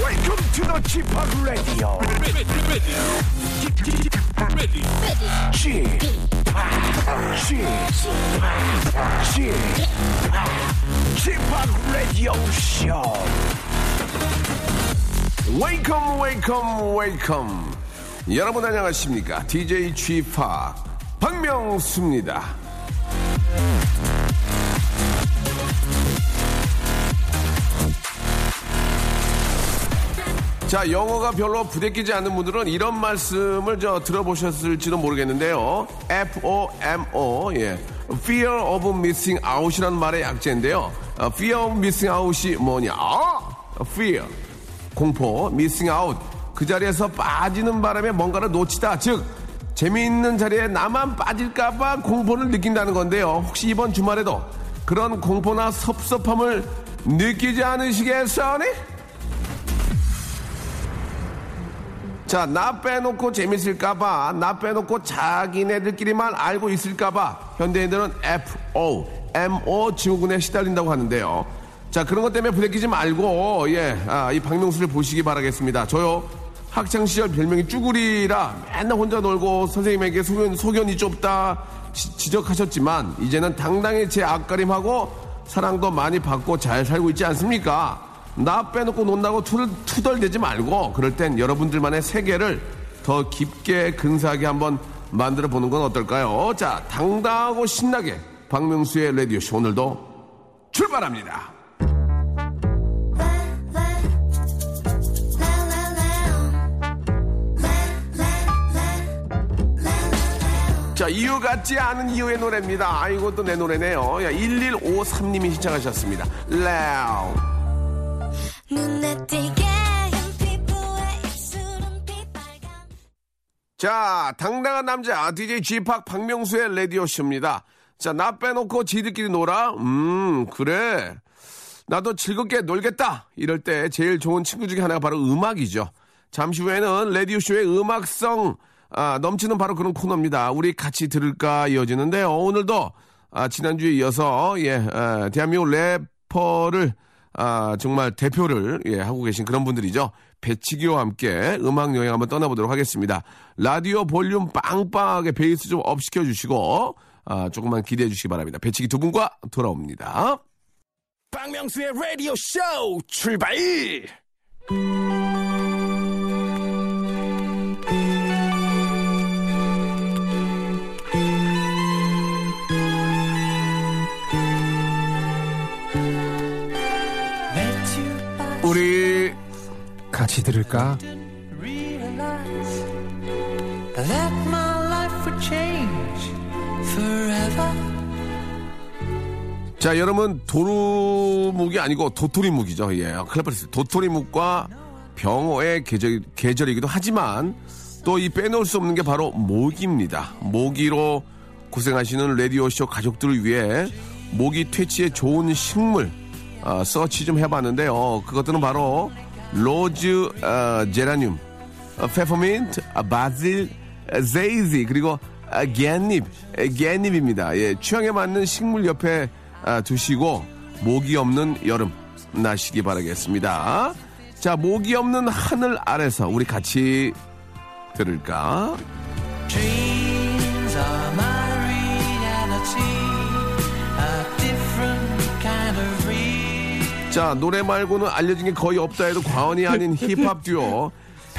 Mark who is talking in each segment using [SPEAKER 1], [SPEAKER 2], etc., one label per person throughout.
[SPEAKER 1] Welcome to the Chip Radio. Chip, Chip, Chip, Radio Show.
[SPEAKER 2] 웨이컴 웨이컴 웨이컴 여러분 안녕하십니까 DJ 취파 박명수입니다 자 영어가 별로 부대끼지 않는 분들은 이런 말씀을 저 들어보셨을지도 모르겠는데요 FOMO 예 Fear of Missing Out이라는 말의 약자인데요 아, Fear of Missing Out이 뭐냐 아! Fear 공포, 미싱 아웃. 그 자리에서 빠지는 바람에 뭔가를 놓치다. 즉, 재미있는 자리에 나만 빠질까봐 공포를 느낀다는 건데요. 혹시 이번 주말에도 그런 공포나 섭섭함을 느끼지 않으시겠어요? 자, 나 빼놓고 재밌을까봐, 나 빼놓고 자기네들끼리만 알고 있을까봐, 현대인들은 FO, MO 증후군에 시달린다고 하는데요. 자, 그런 것 때문에 부대끼지 말고, 예, 아, 이 박명수를 보시기 바라겠습니다. 저요, 학창시절 별명이 쭈구리라 맨날 혼자 놀고 선생님에게 소견, 소견이 좁다 지- 지적하셨지만, 이제는 당당히 제 앞가림하고 사랑도 많이 받고 잘 살고 있지 않습니까? 나 빼놓고 논다고 투, 투덜대지 말고 그럴 땐 여러분들만의 세계를 더 깊게 근사하게 한번 만들어 보는 건 어떨까요? 자, 당당하고 신나게 박명수의 라디오쇼 오늘도 출발합니다. 자, 이유 같지 않은 이유의 노래입니다. 아이고, 또 내 노래네요. 1153님이 시청하셨습니다. 레오.
[SPEAKER 3] 눈에 띄게 한 피부에 입술은 빛빨간
[SPEAKER 2] 자, 당당한 남자, DJ G팍 박명수의 라디오쇼입니다. 자, 나 빼놓고 지들끼리 놀아? 음, 그래. 나도 즐겁게 놀겠다. 이럴 때 제일 좋은 친구 중에 하나가 바로 음악이죠. 잠시 후에는 라디오쇼의 음악성 아, 넘치는 바로 그런 코너입니다. 우리 같이 들을까 이어지는데요. 오늘도 아, 지난주에 이어서 예, 아, 대한민국 래퍼를 아, 정말 대표를 예, 하고 계신 그런 분들이죠. 배치기와 함께 음악 여행 한번 떠나보도록 하겠습니다. 라디오 볼륨 빵빵하게 베이스 좀 업 시켜주시고 아, 조금만 기대해 주시기 바랍니다. 배치기 두 분과 돌아옵니다.
[SPEAKER 1] 박명수의 Radio Show 출발.
[SPEAKER 2] 우리
[SPEAKER 4] 같이 들을까?
[SPEAKER 5] that my life would change forever.
[SPEAKER 2] 자, 여러분 도루묵이 아니고 도토리묵이죠. 예, 클라뻔했어요 도토리묵과 병어의 계절, 계절이기도 하지만 또 이 빼놓을 수 없는 게 바로 모기입니다. 모기로 고생하시는 라디오쇼 가족들을 위해 모기 퇴치에 좋은 식물 아, 서치 좀 해봤는데요. 그것들은 바로 로즈 아, 제라늄, 아, 페퍼민트, 아, 바질, 아, 제이지 그리고 아, 깻잎, 아, 깻잎입니다. 예, 취향에 맞는 식물 옆에 아, 두시고 모기 없는 여름 나시기 바라겠습니다. 자, 모기 없는 하늘 아래서 우리 같이 들을까?
[SPEAKER 5] Dreams are my reality, a different kind of reality.
[SPEAKER 2] 자, 노래 말고는 알려진 게 거의 없다 해도 과언이 아닌 힙합 듀오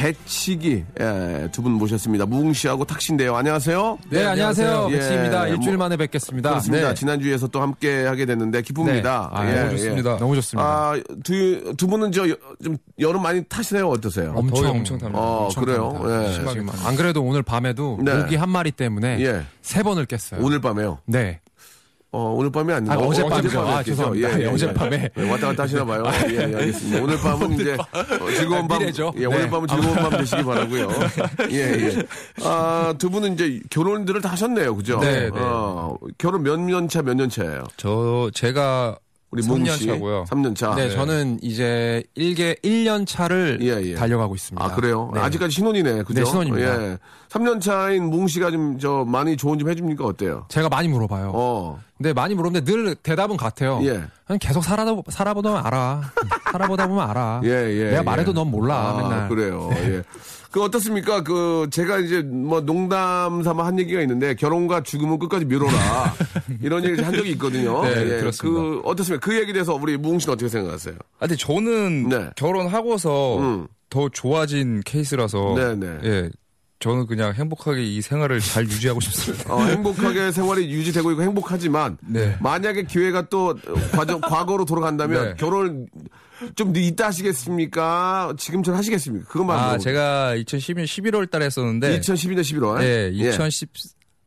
[SPEAKER 2] 배치기 예, 두 분 모셨습니다. 무궁씨하고 탁신데요. 안녕하세요.
[SPEAKER 4] 네, 안녕하세요.
[SPEAKER 2] 예,
[SPEAKER 4] 배치입니다. 일주일
[SPEAKER 2] 뭐,
[SPEAKER 4] 만에 뵙겠습니다.
[SPEAKER 2] 그렇습니다.
[SPEAKER 4] 네.
[SPEAKER 2] 지난주에서 또 함께 하게 됐는데 기쁩니다.
[SPEAKER 4] 네. 아,
[SPEAKER 2] 예,
[SPEAKER 4] 너무 좋습니다. 너무 좋습니다.
[SPEAKER 2] 아, 두, 두 분은 저, 여- 좀, 여름 많이 타시나요? 어떠세요?
[SPEAKER 4] 엄청
[SPEAKER 6] 엄청 탑니다.
[SPEAKER 2] 어, 그래요? 예.
[SPEAKER 6] 심하게 많아요.
[SPEAKER 4] 안 그래도 오늘 밤에도
[SPEAKER 2] 네.
[SPEAKER 4] 모기 한 마리 때문에
[SPEAKER 2] 예.
[SPEAKER 4] 세 번을 깼어요.
[SPEAKER 2] 오늘 밤에요.
[SPEAKER 4] 네.
[SPEAKER 2] 어, 오늘 밤이 아니라
[SPEAKER 4] 아,
[SPEAKER 2] 어,
[SPEAKER 4] 어젯밤이죠.
[SPEAKER 2] 어젯밤에
[SPEAKER 4] 아,
[SPEAKER 2] 했겠죠?
[SPEAKER 4] 죄송합니다. 예, 어젯밤에. 아,
[SPEAKER 2] 예, 왔다 갔다 하시나 봐요. 예, 예, 알겠습니다. 오늘 밤은 이제 어, 즐거운 밤.
[SPEAKER 4] 미래죠.
[SPEAKER 2] 예, 오늘
[SPEAKER 4] 네.
[SPEAKER 2] 밤은 즐거운 밤 되시기 바라고요. 예, 예. 아, 두 분은 이제 결혼들을 다 하셨네요. 그죠?
[SPEAKER 6] 네, 네.
[SPEAKER 2] 어, 결혼 몇 년 차, 몇 년 차예요?
[SPEAKER 6] 저 제가
[SPEAKER 2] 우리 문
[SPEAKER 6] 3년
[SPEAKER 2] 씨.
[SPEAKER 6] 차고요.
[SPEAKER 2] 3년 차.
[SPEAKER 4] 네, 저는 이제 1개 1년 차를
[SPEAKER 2] 예, 예.
[SPEAKER 4] 달려가고 있습니다.
[SPEAKER 2] 아, 그래요?
[SPEAKER 4] 네.
[SPEAKER 2] 아직까지 신혼이네. 그죠?
[SPEAKER 4] 네, 신혼입니다.
[SPEAKER 2] 예. 3년 차인 뭉 씨가 좀, 저, 많이 조언 좀 해줍니까? 어때요?
[SPEAKER 4] 제가 많이 물어봐요.
[SPEAKER 2] 어.
[SPEAKER 4] 근데 많이 물어보는데 늘 대답은 같아요.
[SPEAKER 2] 예.
[SPEAKER 4] 그냥 계속 살아다 살아보다 보면 알아. 살아보다 보면 알아.
[SPEAKER 2] 예, 예,
[SPEAKER 4] 내가
[SPEAKER 2] 예.
[SPEAKER 4] 말해도 넌 몰라.
[SPEAKER 2] 아,
[SPEAKER 4] 맨날. 네.
[SPEAKER 2] 그래요. 예. 그 어떻습니까? 그 제가 이제 뭐 농담 삼아 한 얘기가 있는데 결혼과 죽음은 끝까지 미뤄라 이런 얘기를 한 적이 있거든요.
[SPEAKER 6] 네,
[SPEAKER 2] 예.
[SPEAKER 6] 들었습니다.
[SPEAKER 2] 그 어떻습니까? 그 얘기 돼서 우리 무웅 씨는 어떻게 생각하세요?
[SPEAKER 6] 아, 근데 저는
[SPEAKER 2] 네.
[SPEAKER 6] 결혼하고서
[SPEAKER 2] 음.
[SPEAKER 6] 더 좋아진 케이스라서
[SPEAKER 2] 네, 네.
[SPEAKER 6] 예. 저는 그냥 행복하게 이 생활을 잘 유지하고 싶습니다.
[SPEAKER 2] 어, 행복하게 생활이 유지되고 있고 행복하지만
[SPEAKER 6] 네.
[SPEAKER 2] 만약에 기회가 또 과정, 과거로 돌아간다면
[SPEAKER 6] 네.
[SPEAKER 2] 결혼을 좀 이따 하시겠습니까? 지금처럼 하시겠습니까? 그것만
[SPEAKER 6] 아, 제가 2012년 11월 달에
[SPEAKER 4] 네.
[SPEAKER 6] 했었는데
[SPEAKER 2] 2012년 11월.
[SPEAKER 6] 예, 2010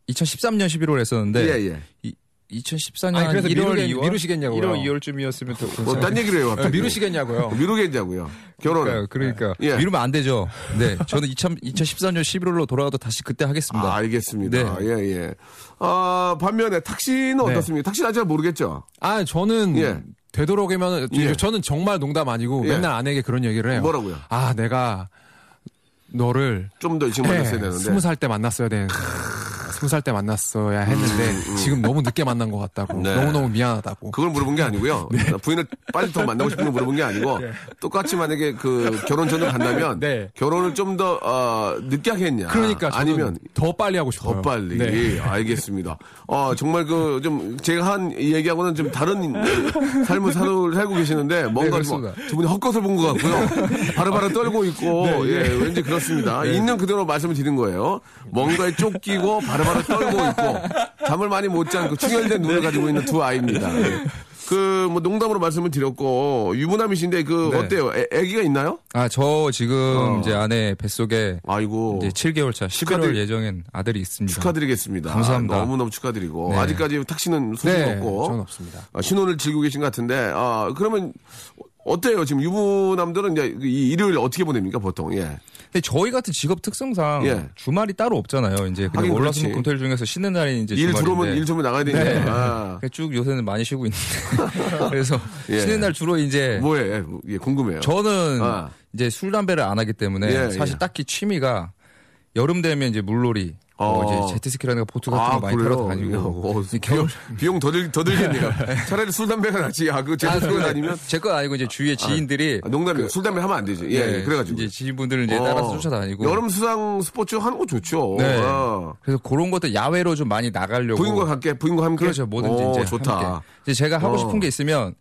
[SPEAKER 6] 2013년 11월
[SPEAKER 2] 아?
[SPEAKER 6] 했었는데
[SPEAKER 4] 네.
[SPEAKER 2] 예, 예.
[SPEAKER 6] 이, 2014년
[SPEAKER 4] 아니,
[SPEAKER 6] 한
[SPEAKER 4] 그래서
[SPEAKER 6] 1월
[SPEAKER 4] 미루겠-
[SPEAKER 6] 2월
[SPEAKER 4] 미루시겠냐고요.
[SPEAKER 6] 1월 2월쯤이었으면 또
[SPEAKER 2] 뭐, 딴 얘기를 해요, 갑자기.
[SPEAKER 4] 네, 미루시겠냐고요.
[SPEAKER 2] 어. 미루겠냐고요. 결혼을.
[SPEAKER 6] 그러니까, 그러니까.
[SPEAKER 2] 예.
[SPEAKER 6] 미루면 안 되죠. 네, 저는 2000, 2014년 11월로 돌아가도 다시 그때 하겠습니다.
[SPEAKER 2] 아, 알겠습니다.
[SPEAKER 6] 네.
[SPEAKER 2] 예, 예. 아, 반면에 탁씨는 어떻습니까? 탁씨는 아직 모르겠죠?
[SPEAKER 4] 아, 저는
[SPEAKER 2] 예.
[SPEAKER 4] 되도록이면
[SPEAKER 2] 예.
[SPEAKER 4] 저는 정말 농담 아니고
[SPEAKER 2] 예.
[SPEAKER 4] 맨날 아내에게 그런 얘기를 해요.
[SPEAKER 2] 뭐라고요?
[SPEAKER 4] 아, 내가 너를 예,
[SPEAKER 2] 좀 더
[SPEAKER 6] 네.
[SPEAKER 2] 지금 만났어야 되는데.
[SPEAKER 4] 스무 살 때 만났어야 되는데 스무 살 때 만났어야 했는데 지금 너무 늦게 만난 것 같다고
[SPEAKER 2] 음, 네.
[SPEAKER 4] 너무 너무 미안하다고.
[SPEAKER 2] 그걸 물어본 게 아니고요.
[SPEAKER 6] 네.
[SPEAKER 2] 부인을 빨리 더 만나고 싶은 걸 물어본 게 아니고 똑같이 만약에 그 결혼 전을 간다면
[SPEAKER 4] 네.
[SPEAKER 2] 결혼을 좀 더 어, 늦게 하겠냐?
[SPEAKER 4] 그러니까 저는
[SPEAKER 2] 아니면
[SPEAKER 4] 더 빨리 하고 싶어요.
[SPEAKER 2] 더 빨리 예.
[SPEAKER 4] 네.
[SPEAKER 2] 알겠습니다. 어 정말 그 좀 제가 한 얘기하고는 좀 다른 삶을 살- 살고 계시는데 뭔가 좀
[SPEAKER 6] 네, 그렇습니다. 네,
[SPEAKER 2] 두 분이 헛것을 본 것 같고요. 바로바로 떨고 있고 예 왠지 그렇습니다. 있는 그대로 말씀을 드린 거예요. 뭔가에 쫓기고 바로바로 떨고 있고 잠을 많이 못 자고 충혈된 눈을 가지고 있는 두 아이입니다.
[SPEAKER 6] 네.
[SPEAKER 2] 그 뭐 농담으로 말씀을 드렸고 유부남이신데 그
[SPEAKER 6] 네.
[SPEAKER 2] 어때요? 애, 애기가 있나요?
[SPEAKER 6] 아, 저 지금 이제 아내 뱃속에
[SPEAKER 2] 아이고
[SPEAKER 6] 이제 7개월 차 11월
[SPEAKER 2] 어. 축하드리-
[SPEAKER 6] 예정엔 아들이 있습니다.
[SPEAKER 2] 축하드리겠습니다.
[SPEAKER 6] 감사합니다.
[SPEAKER 2] 너무너무 축하드리고
[SPEAKER 6] 네.
[SPEAKER 2] 아직까지 탁씨는 소식
[SPEAKER 4] 네,
[SPEAKER 2] 없고
[SPEAKER 4] 저는 없습니다.
[SPEAKER 2] 아, 신혼을 즐기고 계신 것 같은데 아, 그러면 어때요? 지금 유부남들은 이제 그 이 일요일 어떻게 보냅니까 보통? 예.
[SPEAKER 6] 근데 저희 같은 직업 특성상
[SPEAKER 2] 예.
[SPEAKER 6] 주말이 따로 없잖아요. 이제
[SPEAKER 2] 하긴
[SPEAKER 6] 그냥
[SPEAKER 2] 그렇지.
[SPEAKER 6] 올라서 금토일 중에서 쉬는 날이 이제
[SPEAKER 2] 일
[SPEAKER 6] 주말인데.
[SPEAKER 2] 들어오면 일 들어오면 나가야 되니까. 아,
[SPEAKER 6] 그러니까 쭉 요새는 많이 쉬고 있는데 그래서
[SPEAKER 2] 예.
[SPEAKER 6] 쉬는 날 주로 이제
[SPEAKER 2] 뭐해? 예, 궁금해요.
[SPEAKER 6] 네. 저는
[SPEAKER 2] 아.
[SPEAKER 6] 이제 술 담배를 안 하기 때문에
[SPEAKER 2] 예,
[SPEAKER 6] 사실
[SPEAKER 2] 예.
[SPEAKER 6] 딱히 취미가 여름 되면 이제 물놀이
[SPEAKER 2] 어. 아,
[SPEAKER 6] 뭐 이제 제트스키라든가 보트 같은 거 많이 타러 다니고
[SPEAKER 2] 어,
[SPEAKER 6] 이제
[SPEAKER 2] 비용,
[SPEAKER 6] 겨울
[SPEAKER 2] 비용 더, 들, 더 들겠네요. 차라리 술, 담배가 낫지. 아, 그, 제주도
[SPEAKER 6] 네.
[SPEAKER 2] 아, 다니면?
[SPEAKER 6] 제거 아니고 이제 주위에 지인들이
[SPEAKER 2] 아, 농담이에요. 술, 담배 하면 안 되지. 예, 예, 그래가지고.
[SPEAKER 6] 이제 지인분들을 그 네. 이제
[SPEAKER 2] 어,
[SPEAKER 6] 따라서 쫓아다니고
[SPEAKER 2] 여름 수상 스포츠 하는 거 좋죠.
[SPEAKER 6] 네.
[SPEAKER 2] 아.
[SPEAKER 6] 그래서 그런 것도 야외로 좀 많이 나가려고
[SPEAKER 2] 부인과 함께, 부인과 함께.
[SPEAKER 6] 그렇죠 뭐든지
[SPEAKER 2] 오,
[SPEAKER 6] 이제
[SPEAKER 2] 좋다.
[SPEAKER 6] 함께. 이제 제가 하고
[SPEAKER 2] 어.
[SPEAKER 6] 싶은 게 있으면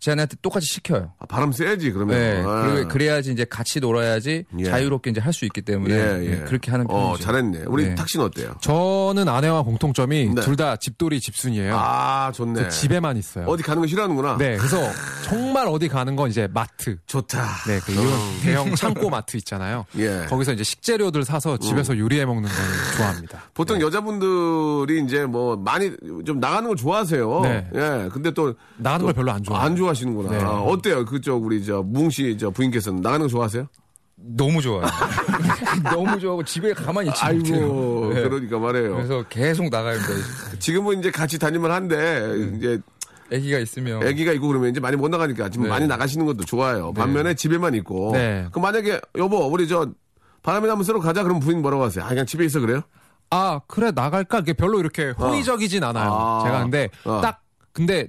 [SPEAKER 6] 제 아내한테 똑같이 시켜요.
[SPEAKER 2] 아, 바람 쐬야지, 그러면.
[SPEAKER 6] 네,
[SPEAKER 2] 아.
[SPEAKER 6] 그리고 그래야지 이제 같이 놀아야지
[SPEAKER 2] 예.
[SPEAKER 6] 자유롭게 이제 할 수 있기 때문에 네, 그렇게 하는 편이죠.
[SPEAKER 2] 어, 잘했네. 우리
[SPEAKER 6] 네.
[SPEAKER 2] 탁신 어때요?
[SPEAKER 4] 저는 아내와 공통점이
[SPEAKER 2] 네.
[SPEAKER 4] 둘 다 집돌이 집순이에요.
[SPEAKER 2] 아, 좋네.
[SPEAKER 4] 그 집에만 있어요.
[SPEAKER 2] 어디 가는 거 싫어하는구나.
[SPEAKER 4] 네, 그래서 정말 어디 가는 건 이제 마트.
[SPEAKER 2] 좋다.
[SPEAKER 4] 네, 그 이런 대형 창고 마트 있잖아요.
[SPEAKER 2] 어. 예. 음.
[SPEAKER 4] 거기서 이제 식재료들 사서 집에서 요리해 먹는 걸 좋아합니다.
[SPEAKER 6] 네.
[SPEAKER 2] 보통 여자분들이 이제 뭐 많이 좀 나가는 걸 좋아하세요.
[SPEAKER 4] 네.
[SPEAKER 2] 예. 근데 또
[SPEAKER 4] 나가는 걸 별로 안 좋아해요.
[SPEAKER 2] 안 좋아하시는구나.
[SPEAKER 4] 네.
[SPEAKER 2] 아, 어때요? 그쪽 우리 저 무웅씨 저 부인께서는 나가는 거 좋아하세요?
[SPEAKER 6] 너무 좋아요. 너무 좋아하고 집에 가만히 있지 못해요.
[SPEAKER 2] 아이고
[SPEAKER 6] 네.
[SPEAKER 2] 그러니까 말해요.
[SPEAKER 6] 그래서 계속 나가야 돼요.
[SPEAKER 2] 지금은 이제 같이 다니면 한데
[SPEAKER 6] 음.
[SPEAKER 2] 이제
[SPEAKER 6] 아기가 있으면
[SPEAKER 4] 어.
[SPEAKER 2] 아기가 있고 그러면 이제 많이 못 나가니까 지금
[SPEAKER 6] 네.
[SPEAKER 2] 많이 나가시는 것도 좋아요. 반면에 집에만 있고.
[SPEAKER 4] 네.
[SPEAKER 2] 그럼 만약에 여보 우리 저 바람이 나면 쐬러 가자. 그럼 부인 뭐라고 하세요? 아 그냥 집에 있어 그래요?
[SPEAKER 4] 아, 그래 나갈까? 이게 별로 이렇게 호의적이진 않아요.
[SPEAKER 2] 어. 아.
[SPEAKER 4] 제가 근데
[SPEAKER 2] 어.
[SPEAKER 4] 딱 근데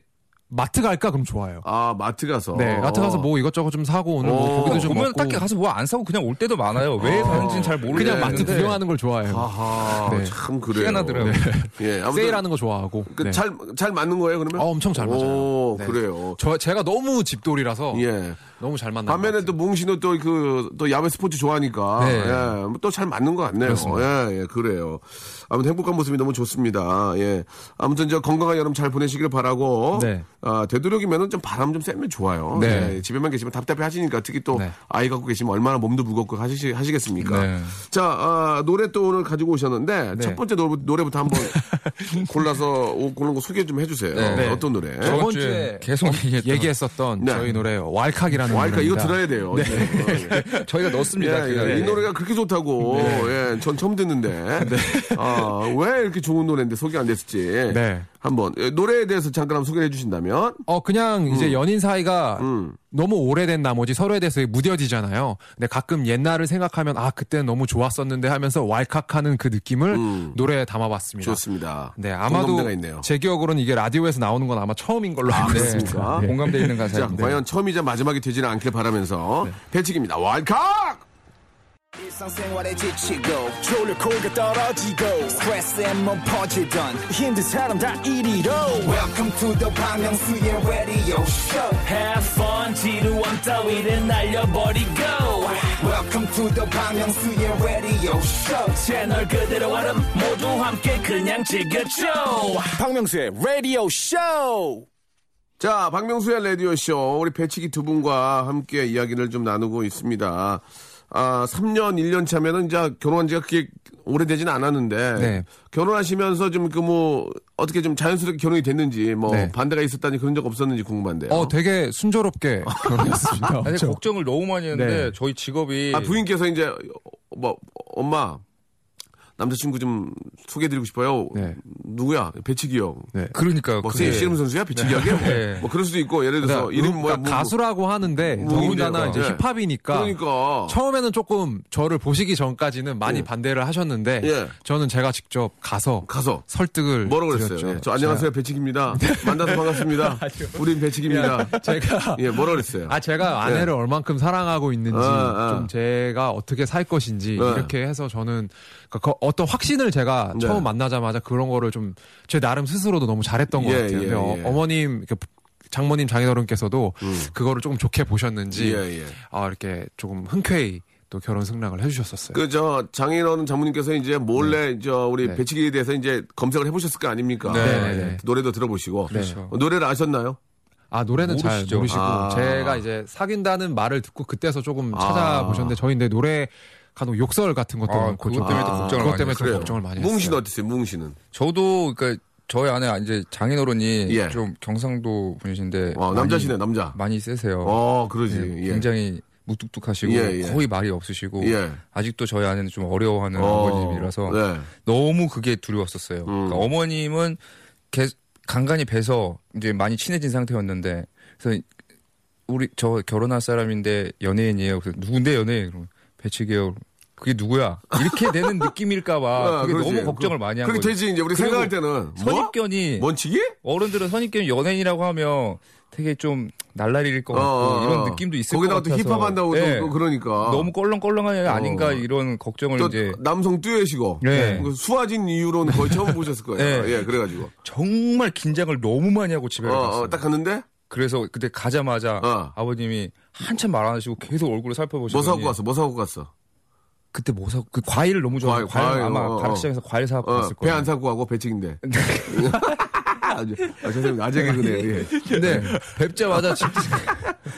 [SPEAKER 4] 마트 갈까? 그럼 좋아요.
[SPEAKER 2] 아 마트 가서.
[SPEAKER 4] 네, 마트 가서 뭐 이것저것 좀 사고 오늘
[SPEAKER 2] 어.
[SPEAKER 4] 뭐 고기도 좀
[SPEAKER 6] 보면
[SPEAKER 4] 먹고
[SPEAKER 6] 딱히 가서 뭐 안 사고 그냥 올 때도 많아요. 왜 가는지는 잘 모르겠는데
[SPEAKER 4] 그냥 마트 구경하는 걸 좋아해요.
[SPEAKER 2] 예. 아하
[SPEAKER 4] 네.
[SPEAKER 2] 참 그래요.
[SPEAKER 6] 희한하더라고요.
[SPEAKER 2] 예, 아무튼
[SPEAKER 4] 세일하는 거 좋아하고.
[SPEAKER 2] 그
[SPEAKER 4] 네.
[SPEAKER 2] 잘, 잘 맞는 거예요, 그러면?
[SPEAKER 4] 어, 엄청 잘 맞아요.
[SPEAKER 2] 오,
[SPEAKER 4] 네.
[SPEAKER 2] 그래요.
[SPEAKER 4] 저 제가 너무 집돌이라서
[SPEAKER 2] 예.
[SPEAKER 4] 너무 잘 만난 것
[SPEAKER 2] 반면에
[SPEAKER 4] 같아요.
[SPEAKER 2] 또 몽신은 또 그, 또 야외 스포츠 좋아하니까. 예, 뭐
[SPEAKER 4] 네.
[SPEAKER 2] 또 잘 맞는 것 같네요.
[SPEAKER 4] 그렇습니다.
[SPEAKER 2] 예, 예, 그래요. 아무튼 행복한 모습이 너무 좋습니다. 예. 아무튼 저 건강한 여름 잘 보내시길 바라고.
[SPEAKER 4] 네.
[SPEAKER 2] 아, 되도록이면은 좀 바람 좀 쐬면 좋아요.
[SPEAKER 4] 네.
[SPEAKER 2] 예, 집에만 계시면 답답해 하시니까 특히 또
[SPEAKER 4] 네.
[SPEAKER 2] 아이 갖고 계시면 얼마나 몸도 무겁고 하시, 하시겠습니까.
[SPEAKER 4] 네.
[SPEAKER 2] 자, 아, 노래 또 오늘 가지고 오셨는데 첫 번째 노, 노래부터 한번 골라서 오- 고른 거 소개 좀 해주세요.
[SPEAKER 4] 네.
[SPEAKER 2] 어떤 노래?
[SPEAKER 6] 저번
[SPEAKER 4] 저번
[SPEAKER 6] 주에
[SPEAKER 4] 주에
[SPEAKER 6] 계속 얘기했던
[SPEAKER 4] 얘기했었던
[SPEAKER 2] 네.
[SPEAKER 4] 저희 노래 왈칵이라는
[SPEAKER 2] 와, 그러니까 이거 들어야
[SPEAKER 4] 노래입니다.
[SPEAKER 2] 돼요. 이거. 예.
[SPEAKER 6] 저희가 넣었습니다.
[SPEAKER 2] 예, 예.
[SPEAKER 6] 그날.
[SPEAKER 2] 이 노래가 그렇게 좋다고
[SPEAKER 4] 네.
[SPEAKER 2] 예, 전 처음 듣는데 아, 왜 이렇게 좋은 노래인데 소개 안 됐을지
[SPEAKER 4] 네.
[SPEAKER 2] 한번 예, 노래에 대해서 잠깐 한번 소개해 주신다면
[SPEAKER 4] 어 그냥
[SPEAKER 2] 음.
[SPEAKER 4] 이제 연인 사이가 너무 오래된 나머지 서로에 대해서 무뎌지잖아요. 근데 가끔 옛날을 생각하면 아 그때 너무 좋았었는데 하면서 왈칵하는 그 느낌을 노래에 담아봤습니다.
[SPEAKER 2] 음. 좋습니다.
[SPEAKER 4] 네 아마도
[SPEAKER 2] 공감대가 있네요.
[SPEAKER 4] 제 기억으로는 이게 라디오에서 나오는 건 아마 처음인 걸로 알고 있습니다.
[SPEAKER 2] 그렇습니까? 네.
[SPEAKER 6] 공감돼 있는
[SPEAKER 2] 자,
[SPEAKER 4] 네.
[SPEAKER 6] 가사입니다. 네.
[SPEAKER 2] 과연 처음이자 마지막이 되지는 않길 바라면서 배치기입니다. 왈칵!
[SPEAKER 1] 일상생활에 지치고, 졸려 코가 떨어지고, 스트레스에 몸 퍼지던, 힘든 사람 다 이리로. welcome to the Bang Myung-soo's radio show
[SPEAKER 5] Have fun 지루한 따위를 날려버리고
[SPEAKER 1] welcome to the Bang Myung-soo's radio show
[SPEAKER 5] 채널 그대로 얼음 모두 함께 그냥 즐겨줘
[SPEAKER 1] 박명수의 radio show
[SPEAKER 2] 자, 박명수의 라디오쇼, 우리 배치기 두 분과 함께 이야기를 좀 나누고 있습니다. 아, 3년, 1년 차면은 이제 결혼한 지가 그게 오래되진 않았는데,
[SPEAKER 4] 네.
[SPEAKER 2] 결혼하시면서 좀 그 뭐, 어떻게 좀 자연스럽게 결혼이 됐는지, 뭐,
[SPEAKER 4] 네.
[SPEAKER 2] 반대가 있었다니 그런 적 없었는지 궁금한데요.
[SPEAKER 4] 어 되게 순조롭게 네. 결혼했습니다.
[SPEAKER 6] 사실
[SPEAKER 4] 엄청.
[SPEAKER 6] 걱정을 너무 많이 했는데
[SPEAKER 4] 네.
[SPEAKER 6] 저희 직업이
[SPEAKER 2] 아, 부인께서 이제, 뭐, 엄마, 남자친구 좀 소개해드리고 싶어요.
[SPEAKER 4] 네.
[SPEAKER 2] 누구야? 배치기 형.
[SPEAKER 4] 네.
[SPEAKER 6] 그러니까
[SPEAKER 2] 뭐,
[SPEAKER 6] 그게-
[SPEAKER 2] 세 씨름 선수야? 배치기 형이야? 뭐,
[SPEAKER 6] 네.
[SPEAKER 2] 뭐 그럴 수도 있고, 예를 들어서,
[SPEAKER 4] 그러니까
[SPEAKER 2] 이름 뭐야?
[SPEAKER 4] 그러니까
[SPEAKER 2] 뭐,
[SPEAKER 4] 가수라고 하는데
[SPEAKER 2] 뭐,
[SPEAKER 4] 더군다나
[SPEAKER 2] 뭐,
[SPEAKER 4] 이제
[SPEAKER 2] 네.
[SPEAKER 4] 힙합이니까
[SPEAKER 2] 그러니까.
[SPEAKER 4] 처음에는 조금 저를 보시기 전까지는 많이 반대를 하셨는데
[SPEAKER 2] 네. 예.
[SPEAKER 4] 저는 제가 직접 가서
[SPEAKER 2] 가서.
[SPEAKER 4] 설득을
[SPEAKER 6] 네,
[SPEAKER 2] 뭐라고 그랬어요?
[SPEAKER 4] 드렸죠.
[SPEAKER 2] 예, 저 안녕하세요 배치기입니다. 만나서 반갑습니다. 우린 배치기입니다.
[SPEAKER 4] 제가
[SPEAKER 2] 예, 뭐라고 그랬어요?
[SPEAKER 4] 아 제가 아내를 얼만큼 사랑하고 있는지
[SPEAKER 2] 아, 아.
[SPEAKER 4] 좀 제가 어떻게 살 것인지
[SPEAKER 2] 네.
[SPEAKER 4] 이렇게 해서 저는 그- 그 어떤 확신을 제가
[SPEAKER 2] 네.
[SPEAKER 4] 처음 만나자마자 그런 거를 좀 제 나름 스스로도 너무 잘했던 것
[SPEAKER 2] 예,
[SPEAKER 4] 같아요.
[SPEAKER 2] 예,
[SPEAKER 4] 근데 어,
[SPEAKER 2] 예. 음.
[SPEAKER 4] 어머님 이렇게 장모님 장인어른께서도 그거를 조금 좋게 보셨는지
[SPEAKER 2] 예, 예.
[SPEAKER 6] 네.
[SPEAKER 4] 아, 이렇게 조금 흔쾌히 또 결혼 승낙을 해주셨었어요.
[SPEAKER 2] 그 저 장인어른 장모님께서 이제 몰래
[SPEAKER 6] 네.
[SPEAKER 2] 저 우리 배치기에 대해서 이제 검색을 해보셨을 거 아닙니까?
[SPEAKER 4] 네, 네.
[SPEAKER 2] 노래도 들어보시고
[SPEAKER 4] 그렇죠.
[SPEAKER 2] 어, 노래를 아셨나요?
[SPEAKER 4] 아 노래는
[SPEAKER 6] 모르시죠.
[SPEAKER 4] 잘 모르시고
[SPEAKER 2] 아.
[SPEAKER 4] 제가 이제 사귄다는 말을 듣고 그때서 조금
[SPEAKER 2] 아.
[SPEAKER 4] 찾아보셨는데 저희 근데 노래 간혹 욕설 같은 것도
[SPEAKER 6] 아,
[SPEAKER 4] 많고
[SPEAKER 6] 네, 그것 때문에 또 걱정을
[SPEAKER 4] 그것
[SPEAKER 6] 많이
[SPEAKER 4] 때문에 좀
[SPEAKER 2] 그래요.
[SPEAKER 4] 걱정을 많이 했어요.
[SPEAKER 2] 뭉신 어땠어요? 뭉신은
[SPEAKER 6] 저도 그러니까 저희 아내 이제 장인어른이
[SPEAKER 2] 예.
[SPEAKER 6] 좀 경상도 분이신데
[SPEAKER 2] 와,
[SPEAKER 6] 많이-
[SPEAKER 2] 남자시네 남자.
[SPEAKER 6] 많이 세세요.
[SPEAKER 2] 어 그러지.
[SPEAKER 6] 네,
[SPEAKER 2] 예.
[SPEAKER 6] 굉장히 무뚝뚝하시고
[SPEAKER 2] 예, 예.
[SPEAKER 6] 거의 말이 없으시고
[SPEAKER 2] 예.
[SPEAKER 6] 아직도 저희 아내는 좀 네, 어려워하는
[SPEAKER 2] 어,
[SPEAKER 6] 어머님이라서
[SPEAKER 2] 네. 음.
[SPEAKER 6] 너무 그게 두려웠었어요. 그러니까 어머님은 개, 간간히 뵈서 이제 많이 친해진 상태였는데 그래서 우리 저 결혼할 사람인데 연예인이에요. 그래서 누군데 연예인? 그럼 배치기요. 그게 누구야? 이렇게 되는 느낌일까봐
[SPEAKER 2] 아,
[SPEAKER 6] 그게
[SPEAKER 2] 그렇지.
[SPEAKER 6] 너무 걱정을
[SPEAKER 2] 그-
[SPEAKER 6] 많이 한
[SPEAKER 2] 그렇게
[SPEAKER 6] 거죠.
[SPEAKER 2] 되지 이제 우리
[SPEAKER 6] 그리고
[SPEAKER 2] 생각할 때는 뭐?
[SPEAKER 6] 선입견이
[SPEAKER 2] 먼치기?
[SPEAKER 6] 어른들은 선입견이 연예인이라고 하면 되게 좀 날라리일 것
[SPEAKER 2] 어,
[SPEAKER 6] 같고
[SPEAKER 2] 어, 어.
[SPEAKER 6] 뭐 이런 느낌도 있을 것
[SPEAKER 2] 거기다가
[SPEAKER 6] 같아서
[SPEAKER 2] 또 힙합한다고 또
[SPEAKER 6] 네.
[SPEAKER 2] 그러니까
[SPEAKER 6] 너무 껄렁껄렁한 애가
[SPEAKER 2] 어.
[SPEAKER 6] 아닌가 이런 걱정을
[SPEAKER 2] 또
[SPEAKER 6] 이제
[SPEAKER 2] 남성 듀엣이고
[SPEAKER 6] 네.
[SPEAKER 2] 그 수화진 이후로는 거의 처음 보셨을 거예요.
[SPEAKER 6] 네.
[SPEAKER 2] 예, 그래가지고
[SPEAKER 6] 정말 긴장을 너무 많이 하고 집에
[SPEAKER 2] 어,
[SPEAKER 6] 갔어요.
[SPEAKER 2] 어, 딱 갔는데
[SPEAKER 6] 그래서 그때 가자마자
[SPEAKER 2] 어.
[SPEAKER 6] 아버님이 한참 말 안 하시고 계속 얼굴을 살펴보시고
[SPEAKER 2] 뭐 사고 갔어? 뭐 사고 갔어?
[SPEAKER 6] 그때 뭐 사고 그 과일을 너무 좋아해서
[SPEAKER 2] 과일,
[SPEAKER 6] 과일,
[SPEAKER 2] 과일,
[SPEAKER 6] 아마
[SPEAKER 2] 어, 어.
[SPEAKER 6] 가락시장에서 과일 사고 갔을
[SPEAKER 2] 배
[SPEAKER 6] 거예요. 네.
[SPEAKER 2] 안 사고 가고 배치인데. 아, 죄송합니다. 아재 개그네요. 예.
[SPEAKER 6] 근데 뵙자마자 집
[SPEAKER 2] 아,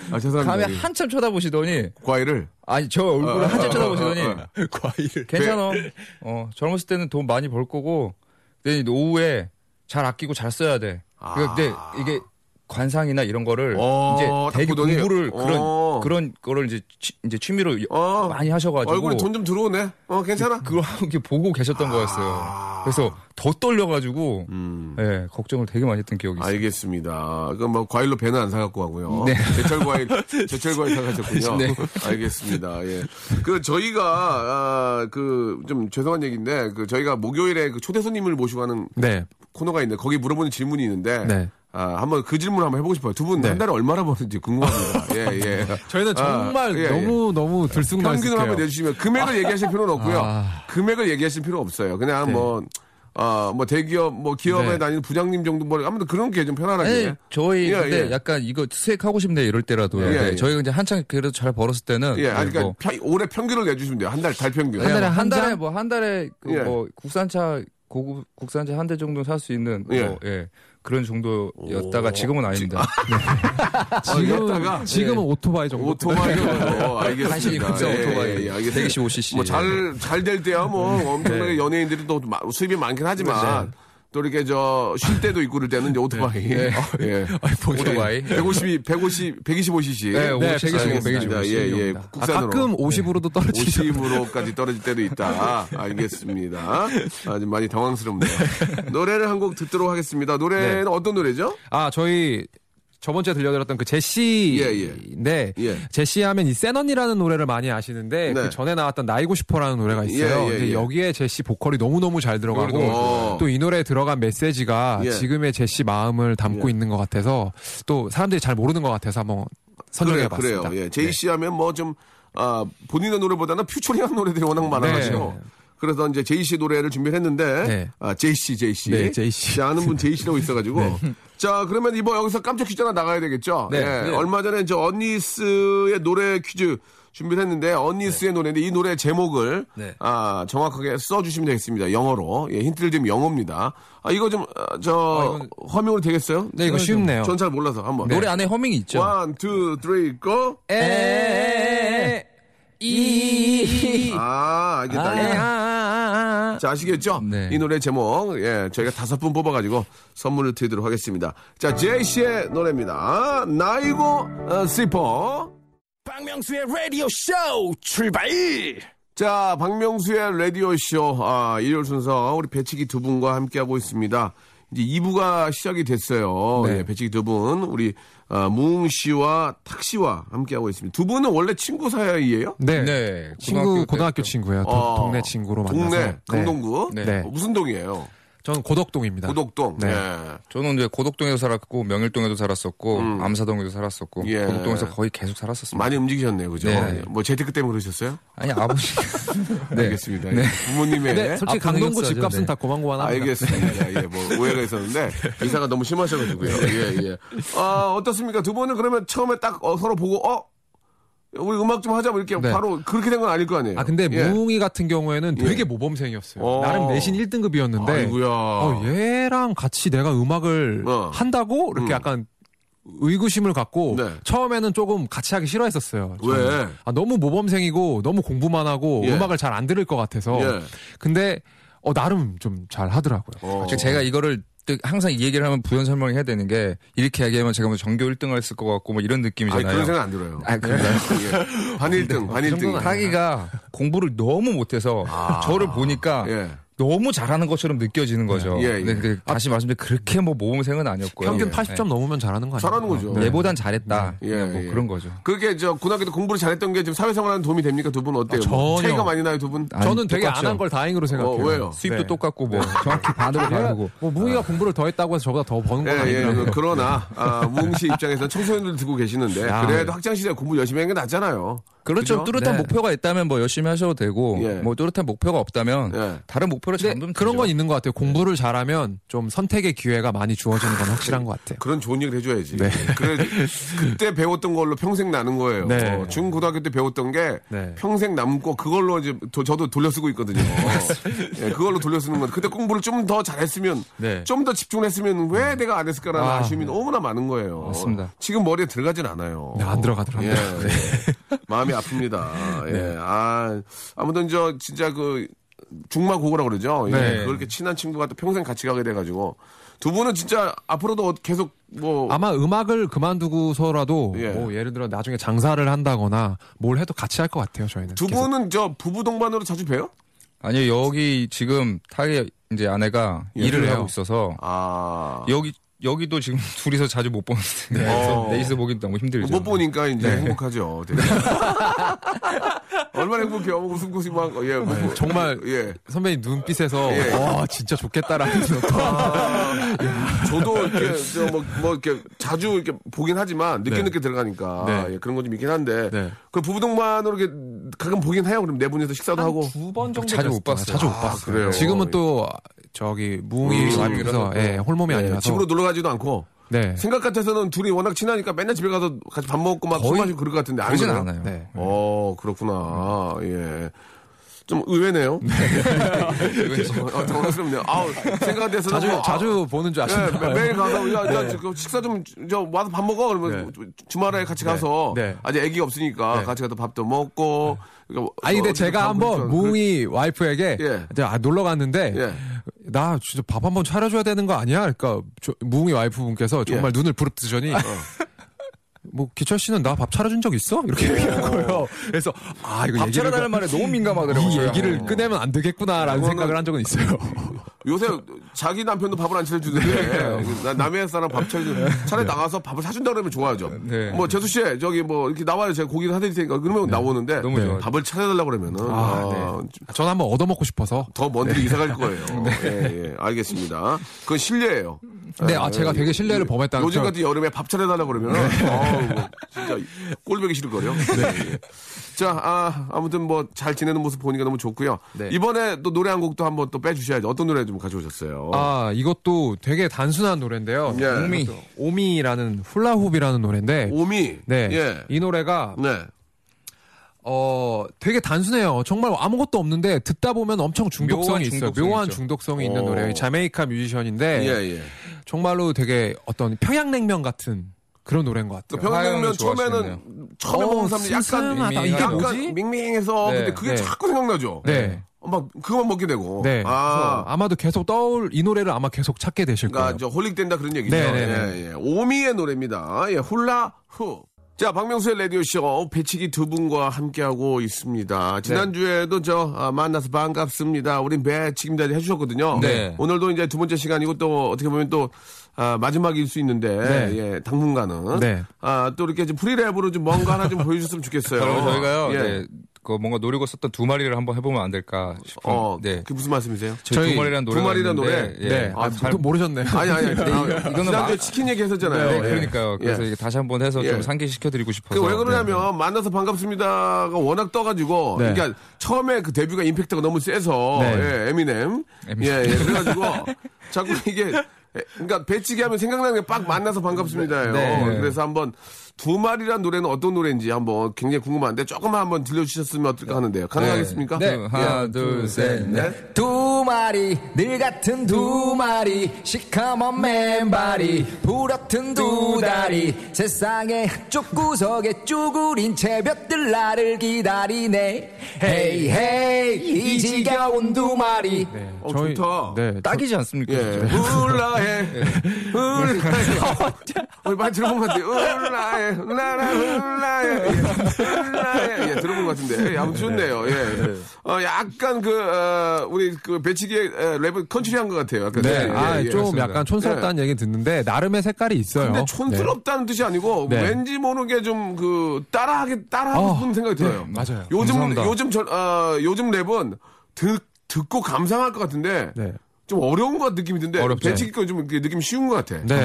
[SPEAKER 6] 밤에
[SPEAKER 2] 죄송합니다. 예.
[SPEAKER 6] 한참 쳐다보시더니
[SPEAKER 2] 과일을
[SPEAKER 6] 아니 저 얼굴을
[SPEAKER 2] 어, 어,
[SPEAKER 6] 한참 쳐다보시더니
[SPEAKER 2] 어, 어,
[SPEAKER 6] 과일을 괜찮아.
[SPEAKER 2] 그,
[SPEAKER 6] 어 젊었을 때는 돈 많이 벌 거고 근데 오후에 잘 아끼고 잘 써야 돼. 그러니까 근데 이게 관상이나 이런 거를
[SPEAKER 2] 아. 어, 딱
[SPEAKER 6] 이제 되게
[SPEAKER 2] 보더니,
[SPEAKER 6] 공부를
[SPEAKER 2] 어.
[SPEAKER 6] 그런 그런 거를 이제 취, 이제 취미로
[SPEAKER 2] 어.
[SPEAKER 6] 많이 하셔가지고
[SPEAKER 2] 얼굴에 돈 아. 좀 들어오네. 어, 괜찮아?
[SPEAKER 6] 그걸 하고 이렇게 보고 계셨던 거였어요. 그래서 더 떨려가지고
[SPEAKER 2] 음.
[SPEAKER 6] 예, 걱정을 되게 많이 했던
[SPEAKER 2] 아,
[SPEAKER 6] 기억이 있어요.
[SPEAKER 2] 알겠습니다. 그럼 뭐 과일로 배는 안 사갖고 가고요.
[SPEAKER 4] 네.
[SPEAKER 2] 제철 과일, 제철 과일 사가셨군요.
[SPEAKER 6] 네.
[SPEAKER 2] 알겠습니다. 예. 그 저희가 아, 그좀 죄송한 얘기인데 그 저희가 목요일에 그 초대 손님을 모시고 하는
[SPEAKER 4] 네.
[SPEAKER 2] 코너가 있는데 거기 물어보는 질문이 있는데
[SPEAKER 4] 네.
[SPEAKER 2] 아, 한번 그 질문 한번 해보고 싶어요. 두 분 한
[SPEAKER 4] 네.
[SPEAKER 2] 달에 얼마나 버는지 궁금합니다. 예, 예.
[SPEAKER 4] 저희는 정말
[SPEAKER 2] 아, 예, 예.
[SPEAKER 4] 너무 너무
[SPEAKER 2] 평균을
[SPEAKER 4] 들쑥날쑥해요. 아.
[SPEAKER 2] 한번 내주시면 금액을 얘기하실 필요는 없고요. 금액을 얘기하실 필요 없어요. 그냥 뭐 어, 뭐 대기업, 뭐 기업에
[SPEAKER 4] 네.
[SPEAKER 2] 다니는 부장님 정도 뭐 아무튼 그런 게 좀 편안하게.
[SPEAKER 6] 아니, 저희
[SPEAKER 2] 예,
[SPEAKER 6] 근데
[SPEAKER 2] 예.
[SPEAKER 6] 약간 이거 수익하고 싶네 이럴 때라도
[SPEAKER 2] 예,
[SPEAKER 6] 네,
[SPEAKER 2] 예.
[SPEAKER 6] 저희가 이제 한창 그래도 잘 벌었을 때는
[SPEAKER 2] 예, 아니, 그러니까
[SPEAKER 6] 뭐
[SPEAKER 2] 편- 올해 평균을 내주시면 돼요. 한 달, 달 평균.
[SPEAKER 6] 한 달에
[SPEAKER 4] 한
[SPEAKER 6] 그 한 달에
[SPEAKER 4] 잔?
[SPEAKER 6] 뭐 한 달에 그
[SPEAKER 2] 예.
[SPEAKER 6] 뭐 국산차 고급 국산차 한 대 정도 살 수 있는 뭐,
[SPEAKER 2] 예.
[SPEAKER 6] 예. 그런 정도였다가 지금은 아닙니다.
[SPEAKER 2] 어, 아, 이랬다가,
[SPEAKER 4] 지금은 오토바이 정도.
[SPEAKER 2] 오토바이요. 어, 알겠습니다.
[SPEAKER 6] 간신히 국산
[SPEAKER 2] 예,
[SPEAKER 6] 오토바이. 네.
[SPEAKER 2] 예, 예, 알겠습니다.
[SPEAKER 6] 125cc.
[SPEAKER 2] 뭐 잘, 잘 될 때야
[SPEAKER 6] 네.
[SPEAKER 2] 뭐 엄청나게 연예인들이 또 마- 수입이 많긴 하지만 또 이렇게 저 쉴 때도 있고 그럴 때는 이제 오토바이. 예.
[SPEAKER 6] 네. 오토바이.
[SPEAKER 2] 150, 150, 125cc.
[SPEAKER 6] 네,
[SPEAKER 4] 네,
[SPEAKER 6] 125,
[SPEAKER 4] 125,
[SPEAKER 6] 125.
[SPEAKER 2] 예, 예.
[SPEAKER 4] 아,
[SPEAKER 2] 국산으로.
[SPEAKER 4] 가끔 50으로도 떨어지죠.
[SPEAKER 2] 50으로까지 떨어질 때도 있다.
[SPEAKER 6] 네.
[SPEAKER 2] 알겠습니다. 아주 많이 당황스럽네요. 노래를 한 곡 듣도록 하겠습니다.
[SPEAKER 6] 네.
[SPEAKER 2] 노래는 어떤 노래죠?
[SPEAKER 4] 아 저희 저번 주에 들려드렸던 그 제시인데 네.
[SPEAKER 2] 예, 예. 예.
[SPEAKER 4] 제시 하면 이 세넌이라는 노래를 많이 아시는데
[SPEAKER 2] 네.
[SPEAKER 4] 그 전에 나왔던 나이고 싶어라는 노래가 있어요.
[SPEAKER 2] 예, 예,
[SPEAKER 4] 이제
[SPEAKER 2] 예.
[SPEAKER 4] 여기에 제시 보컬이 너무 너무 잘
[SPEAKER 2] 어.
[SPEAKER 4] 들어가고 또 이 노래에 들어간 메시지가
[SPEAKER 2] 예.
[SPEAKER 4] 지금의 제시 마음을 담고 있는 것 같아서 또 사람들이 잘 모르는 것 같아서 한번 선정해봤습니다. 네.
[SPEAKER 2] 그래요. 그래요. 예. 제이씨 하면 뭐 좀, 아, 본인의 노래보다는 퓨처링한 노래들이 워낙 많아가지고.
[SPEAKER 4] 네.
[SPEAKER 2] 그래서 이제 제이씨 노래를 준비를 했는데,
[SPEAKER 4] 네.
[SPEAKER 2] 아, 제이씨, 제이씨.
[SPEAKER 4] 네, 제이씨.
[SPEAKER 2] 자, 아는 분 제이씨라고 있어가지고. 자, 그러면 이번 여기서 깜짝 퀴즈 하나 나가야 되겠죠?
[SPEAKER 4] 네.
[SPEAKER 2] 예. 얼마 전에 이제 언니스의 노래 퀴즈 준비를 했는데, 언니스의 노래인데, 이 노래 제목을,
[SPEAKER 6] 네.
[SPEAKER 2] 아, 정확하게 써주시면 되겠습니다. 영어로. 예, 힌트를 드리면 영어입니다. 아, 이거 좀, 아, 저, 화면으로 되겠어요?
[SPEAKER 4] 네 이거 쉽네요.
[SPEAKER 2] 전 잘 몰라서 한번.
[SPEAKER 6] 노래 안에 허밍이 있죠.
[SPEAKER 2] One, two, three, go.
[SPEAKER 6] 에, 이,
[SPEAKER 2] 아, 알겠다. 알겠다.
[SPEAKER 6] 아,
[SPEAKER 2] 자, 아시겠죠?
[SPEAKER 6] 네.
[SPEAKER 2] 이 노래 제목, 예, 저희가 다섯 분 뽑아가지고 선물을 드리도록 하겠습니다. 자, 제이씨의 노래입니다. 나이고 어, 시퍼.
[SPEAKER 5] 박명수의 라디오 쇼 출발
[SPEAKER 2] 자, 박명수의 라디오쇼, 아, 일요일 순서, 우리 배치기 두 분과 함께하고 있습니다. 이제 2부가 시작이 됐어요. 예, 배치기 두 분, 우리, 아, 무웅 씨와 탁 씨와 함께하고 있습니다. 두 분은 원래 친구 사이예요
[SPEAKER 4] 네.
[SPEAKER 6] 네.
[SPEAKER 4] 친구 고등학교
[SPEAKER 6] 고등학교
[SPEAKER 4] 친구예요. 동-
[SPEAKER 2] 어,
[SPEAKER 4] 동네 친구로 만나서.
[SPEAKER 2] 동네,
[SPEAKER 4] 네.
[SPEAKER 2] 강동구.
[SPEAKER 6] 네.
[SPEAKER 4] 네.
[SPEAKER 2] 어, 무슨 동이에요?
[SPEAKER 4] 저는 고덕동입니다.
[SPEAKER 2] 고덕동.
[SPEAKER 4] 네.
[SPEAKER 2] 예.
[SPEAKER 6] 저는 이제 고덕동에도 살았고 명일동에도 살았었고 암사동에도 살았었고
[SPEAKER 2] 음. 예.
[SPEAKER 6] 고덕동에서 거의 계속 살았었습니다.
[SPEAKER 2] 많이 움직이셨네요, 그죠?
[SPEAKER 6] 네.
[SPEAKER 2] 뭐 재테크 때문에 그러셨어요?
[SPEAKER 6] 아니 아버지.
[SPEAKER 2] 알겠습니다. 예. 부모님의
[SPEAKER 4] 근데 솔직히
[SPEAKER 6] 앞으로
[SPEAKER 4] 네. 아, 강동구
[SPEAKER 6] 생겼어야죠.
[SPEAKER 4] 집값은
[SPEAKER 6] 네.
[SPEAKER 4] 다 고만고만합니다.
[SPEAKER 2] 알겠습니다. 예, 뭐 오해가 있었는데 이사가 너무 심하셔가지고요. 예, 예. 아 어떻습니까? 두 분은 그러면 처음에 딱 어, 서로 보고 어 우리 음악 좀 하자 뭐 이렇게
[SPEAKER 4] 네.
[SPEAKER 2] 바로 그렇게 된 건 아닐 거 아니에요?
[SPEAKER 4] 아 근데
[SPEAKER 2] 예.
[SPEAKER 4] 무웅이 같은 경우에는 되게
[SPEAKER 2] 예.
[SPEAKER 4] 모범생이었어요.
[SPEAKER 2] 어.
[SPEAKER 4] 나름 내신 1등급이었는데
[SPEAKER 2] 아이고야.
[SPEAKER 4] 어, 얘랑 같이 내가 음악을
[SPEAKER 2] 어.
[SPEAKER 4] 한다고 이렇게
[SPEAKER 2] 음.
[SPEAKER 4] 약간 의구심을 갖고
[SPEAKER 2] 네.
[SPEAKER 4] 처음에는 조금 같이 하기 싫어했었어요.
[SPEAKER 2] 왜?
[SPEAKER 4] 저는. 아, 너무 모범생이고 너무 공부만 하고
[SPEAKER 2] 예.
[SPEAKER 4] 음악을 잘 안 들을 것 같아서.
[SPEAKER 2] 예.
[SPEAKER 4] 근데 어, 나름 좀 잘 하더라고요.
[SPEAKER 2] 어.
[SPEAKER 6] 즉 제가 이거를 또 항상 이 얘기를 하면 부연 설명을 해야 되는 게 이렇게 얘기하면 제가 뭐 전교 1등을 했을 것 같고 뭐 이런
[SPEAKER 2] 아니,
[SPEAKER 6] 느낌이잖아요.
[SPEAKER 2] 그런 생각 안 들어요.
[SPEAKER 6] 아, 그런가요? 그
[SPEAKER 2] 예. 반일등, 반일등.
[SPEAKER 6] 하기가 공부를 너무 못해서 저를 보니까
[SPEAKER 2] 아. 예.
[SPEAKER 6] 너무 잘하는 것처럼 느껴지는 거죠.
[SPEAKER 2] 예, 예.
[SPEAKER 6] 근데 그 다시 말씀드리 그렇게 뭐 모범생은 아니었고요.
[SPEAKER 4] 평균
[SPEAKER 6] 예.
[SPEAKER 4] 80점 넘으면 잘하는 거 아니에요?
[SPEAKER 2] 잘하는 거죠.
[SPEAKER 6] 예. 얘보단 잘했다.
[SPEAKER 2] 예,
[SPEAKER 6] 그냥 뭐
[SPEAKER 2] 예.
[SPEAKER 6] 그런 거죠.
[SPEAKER 2] 그게 저 고등학교 때 공부를 잘했던 게 지금 사회생활하는 도움이 됩니까 두 분 어때요?
[SPEAKER 4] 아,
[SPEAKER 2] 뭐
[SPEAKER 4] 전혀.
[SPEAKER 2] 차이가 많이 나요 두 분?
[SPEAKER 6] 아니,
[SPEAKER 4] 저는 되게 안
[SPEAKER 6] 똑같죠.
[SPEAKER 4] 한 걸 다행으로 생각해요.
[SPEAKER 2] 어, 왜요?
[SPEAKER 6] 수입도
[SPEAKER 4] 네.
[SPEAKER 6] 똑같고 뭐 정확히 반으로
[SPEAKER 4] 얘가
[SPEAKER 6] 반으고
[SPEAKER 4] 뭐 무웅이가 공부를 더 했다고 해서 저보다 더 버는 건
[SPEAKER 2] 예, 예.
[SPEAKER 4] 아니라고요.
[SPEAKER 2] 그러나, 아, 무웅 씨 입장에서는 청소년들 듣고 계시는데,
[SPEAKER 4] 아,
[SPEAKER 2] 그래도 학창시절에 공부 열심히 한 게 낫잖아요.
[SPEAKER 6] 그렇죠. 뚜렷한 목표가 있다면 뭐 열심히 하셔도 되고
[SPEAKER 2] 예.
[SPEAKER 6] 뭐 뚜렷한 목표가 없다면
[SPEAKER 2] 예.
[SPEAKER 6] 다른 목표를 잡으면
[SPEAKER 4] 네, 그런
[SPEAKER 6] 되죠.
[SPEAKER 4] 건 있는 것 같아요. 공부를 잘하면 좀 선택의 기회가 많이 주어지는 건 확실한 것 같아요.
[SPEAKER 2] 그런 좋은 얘기를 해줘야지. 그래, 그때 배웠던 걸로 평생 나는 거예요.
[SPEAKER 4] 네.
[SPEAKER 2] 어, 중고등학교 때 배웠던 게
[SPEAKER 4] 네.
[SPEAKER 2] 평생 남고 그걸로 이제 도- 저도 돌려쓰고 있거든요. 예, 그걸로 돌려쓰는 건 그때 공부를 좀 더 잘했으면
[SPEAKER 4] 네.
[SPEAKER 2] 좀 더 집중했으면 왜 내가 안 했을까라는
[SPEAKER 4] 아,
[SPEAKER 2] 아, 쉬움이 너무나 많은 거예요.
[SPEAKER 6] 맞습니다.
[SPEAKER 2] 지금 머리에 들어가진 않아요.
[SPEAKER 4] 네, 안 들어가더라고요.
[SPEAKER 2] 예, 예. 마음이 아픕니다. 예.
[SPEAKER 4] 네.
[SPEAKER 2] 아, 아무튼 저 진짜 그 중마고고라 그러죠. 예.
[SPEAKER 4] 네.
[SPEAKER 2] 그렇게 친한 친구가 또 평생 같이 가게 돼가지고 두 분은 진짜 앞으로도 어- 계속 뭐
[SPEAKER 4] 아마 음악을 그만두고서라도
[SPEAKER 2] 예.
[SPEAKER 4] 예. 뭐 예를 들어 나중에 장사를 한다거나 뭘 해도 같이 할 것 같아요. 저희는
[SPEAKER 2] 두
[SPEAKER 4] 계속.
[SPEAKER 2] 분은 저 부부 동반으로 자주 봬요?
[SPEAKER 6] 아니요 여기 지금 타의 이제 아내가
[SPEAKER 2] 예,
[SPEAKER 6] 일을
[SPEAKER 2] 그래요?
[SPEAKER 6] 하고 있어서
[SPEAKER 2] 아.
[SPEAKER 4] 예,
[SPEAKER 6] 여기 여기도 지금 둘이서 자주 못 보는 데서
[SPEAKER 2] 어.
[SPEAKER 6] 내이서 보기 너무
[SPEAKER 4] 예,
[SPEAKER 6] 힘들죠.
[SPEAKER 2] 못 보니까 이제
[SPEAKER 4] 네.
[SPEAKER 2] 행복하죠. 되게. 얼마나 행복해요. 웃음꽃이 막, 예, 뭐,
[SPEAKER 4] 네, 정말
[SPEAKER 2] 예.
[SPEAKER 4] 선배님 눈빛에서
[SPEAKER 2] 예.
[SPEAKER 4] 와 진짜 좋겠다라는 생각.
[SPEAKER 2] 저도 이렇게 저 뭐, 뭐 이렇게 자주 이렇게 보긴 하지만 늦게 늦게 들어가니까
[SPEAKER 4] 네.
[SPEAKER 2] 예, 그런 건 좀 있긴 한데
[SPEAKER 4] 네.
[SPEAKER 2] 그 부부 동반으로 이렇게 가끔 보긴 해요. 그럼 네 분이서 식사도 하고
[SPEAKER 4] 두번 정도
[SPEAKER 6] 자주 못
[SPEAKER 4] 됐을 거예요.
[SPEAKER 6] 봤어요.
[SPEAKER 4] 자주 못
[SPEAKER 2] 아,
[SPEAKER 4] 봤어요.
[SPEAKER 2] 그래요? 예.
[SPEAKER 4] 지금은 또 저기 무응이라서
[SPEAKER 2] 음.
[SPEAKER 4] 예, 홀몸이
[SPEAKER 2] 네,
[SPEAKER 4] 아니라서
[SPEAKER 2] 집으로 놀러 가지도 않고
[SPEAKER 4] 네.
[SPEAKER 2] 생각 같아서는 둘이 워낙 친하니까 맨날 집에 가서 같이 밥 먹고 막 술
[SPEAKER 6] 거의-
[SPEAKER 2] 마시고 그럴 것 같은데 안
[SPEAKER 6] 그러진
[SPEAKER 2] 그래요?
[SPEAKER 6] 않아요.
[SPEAKER 4] 네.
[SPEAKER 2] 어 그렇구나 예. 좀 의외네요. 어, 당황스럽네요. 아우, 생각돼서
[SPEAKER 4] 자주 자주 보는 줄
[SPEAKER 2] 예, 매-
[SPEAKER 4] 아시나요?
[SPEAKER 2] 매일 가서 야, 야, 저 식사 좀 저 와서 밥 먹어 그러면
[SPEAKER 4] 네.
[SPEAKER 2] 주- 주말에 같이 가서
[SPEAKER 4] 네.
[SPEAKER 2] 아직 아기가 없으니까
[SPEAKER 4] 네.
[SPEAKER 2] 같이 가서 밥도 먹고. 그러니까
[SPEAKER 4] 아니 근데
[SPEAKER 2] 어,
[SPEAKER 4] 제가
[SPEAKER 2] 가고
[SPEAKER 4] 한번 뭐
[SPEAKER 2] 있죠.
[SPEAKER 4] 무웅이
[SPEAKER 6] 그-
[SPEAKER 4] 와이프에게
[SPEAKER 2] 예.
[SPEAKER 4] 제가 아, 놀러 갔는데
[SPEAKER 2] 예.
[SPEAKER 4] 나 진짜 밥 한번 차려줘야 되는 거 아니야? 그러니까 저- 무웅이 와이프분께서 정말
[SPEAKER 2] 예.
[SPEAKER 4] 눈을
[SPEAKER 6] 어.
[SPEAKER 4] 부릅뜨더니 뭐 기철 씨는 나 밥 차려준 적 있어? 이렇게 얘기한 거예요. 그래서 아 이거
[SPEAKER 6] 밥
[SPEAKER 4] 얘기를
[SPEAKER 6] 차려달라는 말에 너무 민감하더라고요. 어.
[SPEAKER 4] 이 얘기를 꺼내면 안 되겠구나라는
[SPEAKER 2] 그거는-
[SPEAKER 4] 생각을 한 적은 있어요.
[SPEAKER 2] 요새 자기 남편도 밥을 안
[SPEAKER 4] 네.
[SPEAKER 2] 차려주는데 그 나- 남의 사람 밥 차려주 차라리 나가서 밥을 사준다 그러면 좋아하죠.
[SPEAKER 6] 네.
[SPEAKER 2] 뭐 재수 씨 저기 뭐 이렇게 나와요 제가 고기를 사드릴 테니까 그러면
[SPEAKER 4] 네.
[SPEAKER 2] 나오는데 네.
[SPEAKER 6] 너무 좋아요.
[SPEAKER 2] 밥을 차려달라 그러면은 아,
[SPEAKER 4] 전 한번 얻어먹고 싶어서.
[SPEAKER 2] 더 먼데
[SPEAKER 4] 네.
[SPEAKER 2] 이사 갈 거예요. 예, 예, 알겠습니다. 그건 실례예요. 예.
[SPEAKER 4] 네, 아, 제가 되게 신뢰를 범했다는 네.
[SPEAKER 2] 요즘
[SPEAKER 4] 점.
[SPEAKER 2] 같은 여름에 밥 차려달라 그러면 어우, 뭐 진짜 꼴보기 싫을 거요. 네. 예. 자, 아, 아무튼 뭐 잘 지내는 모습 보니까 너무 좋고요.
[SPEAKER 6] 네.
[SPEAKER 2] 이번에 또 노래 한 곡도 한번 또 빼주셔야죠. 어떤 노래 좀 가져오셨어요?
[SPEAKER 4] 아, 이것도 되게 단순한 노래인데요.
[SPEAKER 2] 예.
[SPEAKER 6] 오미.
[SPEAKER 4] 오미라는 훌라후비라는 노래인데
[SPEAKER 2] 오미.
[SPEAKER 4] 네.
[SPEAKER 2] 예.
[SPEAKER 4] 이 노래가
[SPEAKER 2] 네.
[SPEAKER 4] 어 되게 단순해요. 정말 아무것도 없는데 듣다 보면 엄청 중독성이
[SPEAKER 6] 묘한
[SPEAKER 4] 있어요.
[SPEAKER 6] 중독성이
[SPEAKER 4] 묘한
[SPEAKER 6] 있죠.
[SPEAKER 4] 중독성이 있는
[SPEAKER 2] 오.
[SPEAKER 4] 노래예요. 이 자메이카 뮤지션인데
[SPEAKER 2] 어. 예, 예.
[SPEAKER 4] 정말로 되게 어떤 평양냉면 같은 그런 노래인 것
[SPEAKER 2] 그
[SPEAKER 4] 같아요.
[SPEAKER 2] 평양냉면
[SPEAKER 6] 화양은
[SPEAKER 2] 처음에는
[SPEAKER 6] 좋아하시겠네요.
[SPEAKER 2] 처음에
[SPEAKER 4] 어,
[SPEAKER 2] 먹는 사람들이 약간
[SPEAKER 4] 슴슴하다.
[SPEAKER 6] 이게
[SPEAKER 2] 약간
[SPEAKER 4] 뭐지?
[SPEAKER 2] 밍밍해서
[SPEAKER 6] 네,
[SPEAKER 2] 근데 그게
[SPEAKER 4] 네.
[SPEAKER 2] 자꾸 생각나죠.
[SPEAKER 4] 네.
[SPEAKER 2] 어, 막 그것만 먹게 되고.
[SPEAKER 4] 네.
[SPEAKER 2] 아.
[SPEAKER 4] 그래서 아마도 계속 떠올 이 노래를 아마 계속 찾게 되실
[SPEAKER 2] 그러니까
[SPEAKER 4] 거예요.
[SPEAKER 2] 저 홀릭된다 그런 얘기죠.
[SPEAKER 4] 네, 네, 네.
[SPEAKER 2] 예, 예. 오미의 노래입니다. 예, 훌라 후. 자, 박명수의 라디오쇼 배치기 두 분과 함께하고
[SPEAKER 6] 네.
[SPEAKER 2] 있습니다. 지난주에도 저 아, 만나서 반갑습니다. 우린 배치기입니다 해주셨거든요.
[SPEAKER 6] 네.
[SPEAKER 2] 오늘도 이제 두 번째 시간이고 또 어떻게 보면 또 아, 마지막일 수 있는데
[SPEAKER 4] 네.
[SPEAKER 2] 예, 당분간은
[SPEAKER 4] 네.
[SPEAKER 2] 아, 또 이렇게 좀 프리랩으로 좀 뭔가 하나 좀 보여줬으면 좋겠어요.
[SPEAKER 6] 그러면 저희가요.
[SPEAKER 2] 예.
[SPEAKER 6] 네, 그 뭔가 노리고 썼던 두 마리를 한번 해보면 안 될까 싶어요.
[SPEAKER 2] 어,
[SPEAKER 6] 네.
[SPEAKER 2] 그게 무슨 말씀이세요?
[SPEAKER 6] 저희
[SPEAKER 4] 저희
[SPEAKER 6] 두 마리란 노래.
[SPEAKER 2] 두 마리란 노래?
[SPEAKER 6] 예.
[SPEAKER 4] 네.
[SPEAKER 6] 아,
[SPEAKER 4] 아,
[SPEAKER 6] 잘-
[SPEAKER 4] 또 모르셨네요.
[SPEAKER 2] 아니 아니 아니.
[SPEAKER 6] 이거는
[SPEAKER 2] 지난주에
[SPEAKER 6] 마-
[SPEAKER 2] 치킨
[SPEAKER 6] 네,
[SPEAKER 2] 얘기했었잖아요. 예.
[SPEAKER 6] 그러니까요. 그래서
[SPEAKER 2] 예.
[SPEAKER 6] 이게 다시 한번 해서
[SPEAKER 2] 예.
[SPEAKER 6] 좀 상기시켜드리고 싶어서.
[SPEAKER 2] 그 왜 그러냐면 만나서 반갑습니다가 워낙 떠가지고
[SPEAKER 4] 네.
[SPEAKER 2] 그러니까 처음에 그 데뷔가 임팩트가 너무 세서
[SPEAKER 4] 네.
[SPEAKER 2] 예, 에미넴 예,
[SPEAKER 6] 에미넴.
[SPEAKER 2] 예 그래가지고 자꾸 이게 에, 그러니까 배치기 하면 생각나는 게 빡 만나서 반갑습니다예요.
[SPEAKER 6] 네.
[SPEAKER 2] 그래서 한번 두 마리란 노래는 어떤 노래인지 한번 굉장히 궁금한데 조금만 한번 들려주셨으면 어떨까 하는데요. 가능하겠습니까? 예.
[SPEAKER 6] 네. 하나, 둘, 셋, 넷. 두 마리, 늘 같은 두 마리, 시커먼 맨발이, 부러튼 두 다리, 세상의 한쪽 구석에 쭈구린 채볕들 나를 기다리네. 헤이, 헤이, 이 지겨운 두 마리.
[SPEAKER 2] 어, 좋다.
[SPEAKER 4] 네. 저-
[SPEAKER 6] 딱이지 않습니까? 그렇죠?
[SPEAKER 2] 예, 울라해, 울라해. 우리 많이 들어본 것 같아요. 울라해, 예. 나라 울라해, 예.
[SPEAKER 4] 네.
[SPEAKER 2] 울라해. 예, 들어본 것 같은데. 예, 아무튼 좋네요. 예. 어, 약간 그, 어, 우리 그 배치기의 어, 랩은 컨트리한 것 같아요. 약간.
[SPEAKER 4] 네.
[SPEAKER 2] 예, 예,
[SPEAKER 4] 아,
[SPEAKER 2] 예.
[SPEAKER 4] 좀
[SPEAKER 6] 그렇습니다.
[SPEAKER 4] 약간 촌스럽다는 얘기 듣는데 나름의 색깔이 있어요.
[SPEAKER 2] 근데 촌스럽다는 뜻이 아니고
[SPEAKER 4] 네.
[SPEAKER 2] 왠지 모르게 좀 그 따라하게 따라하고
[SPEAKER 4] 어,
[SPEAKER 2] 싶은 생각이 들어요.
[SPEAKER 4] 맞아요.
[SPEAKER 2] 요즘
[SPEAKER 6] 감사합니다.
[SPEAKER 2] 요즘 저, 어, 요즘 랩은 듣 듣고 감상할 것 같은데
[SPEAKER 4] 네.
[SPEAKER 2] 좀 어려운 것 같은 느낌이 드는데
[SPEAKER 6] 어렵죠.
[SPEAKER 2] 배치기 건좀 이렇게 느낌 쉬운 것 같아.
[SPEAKER 4] 네.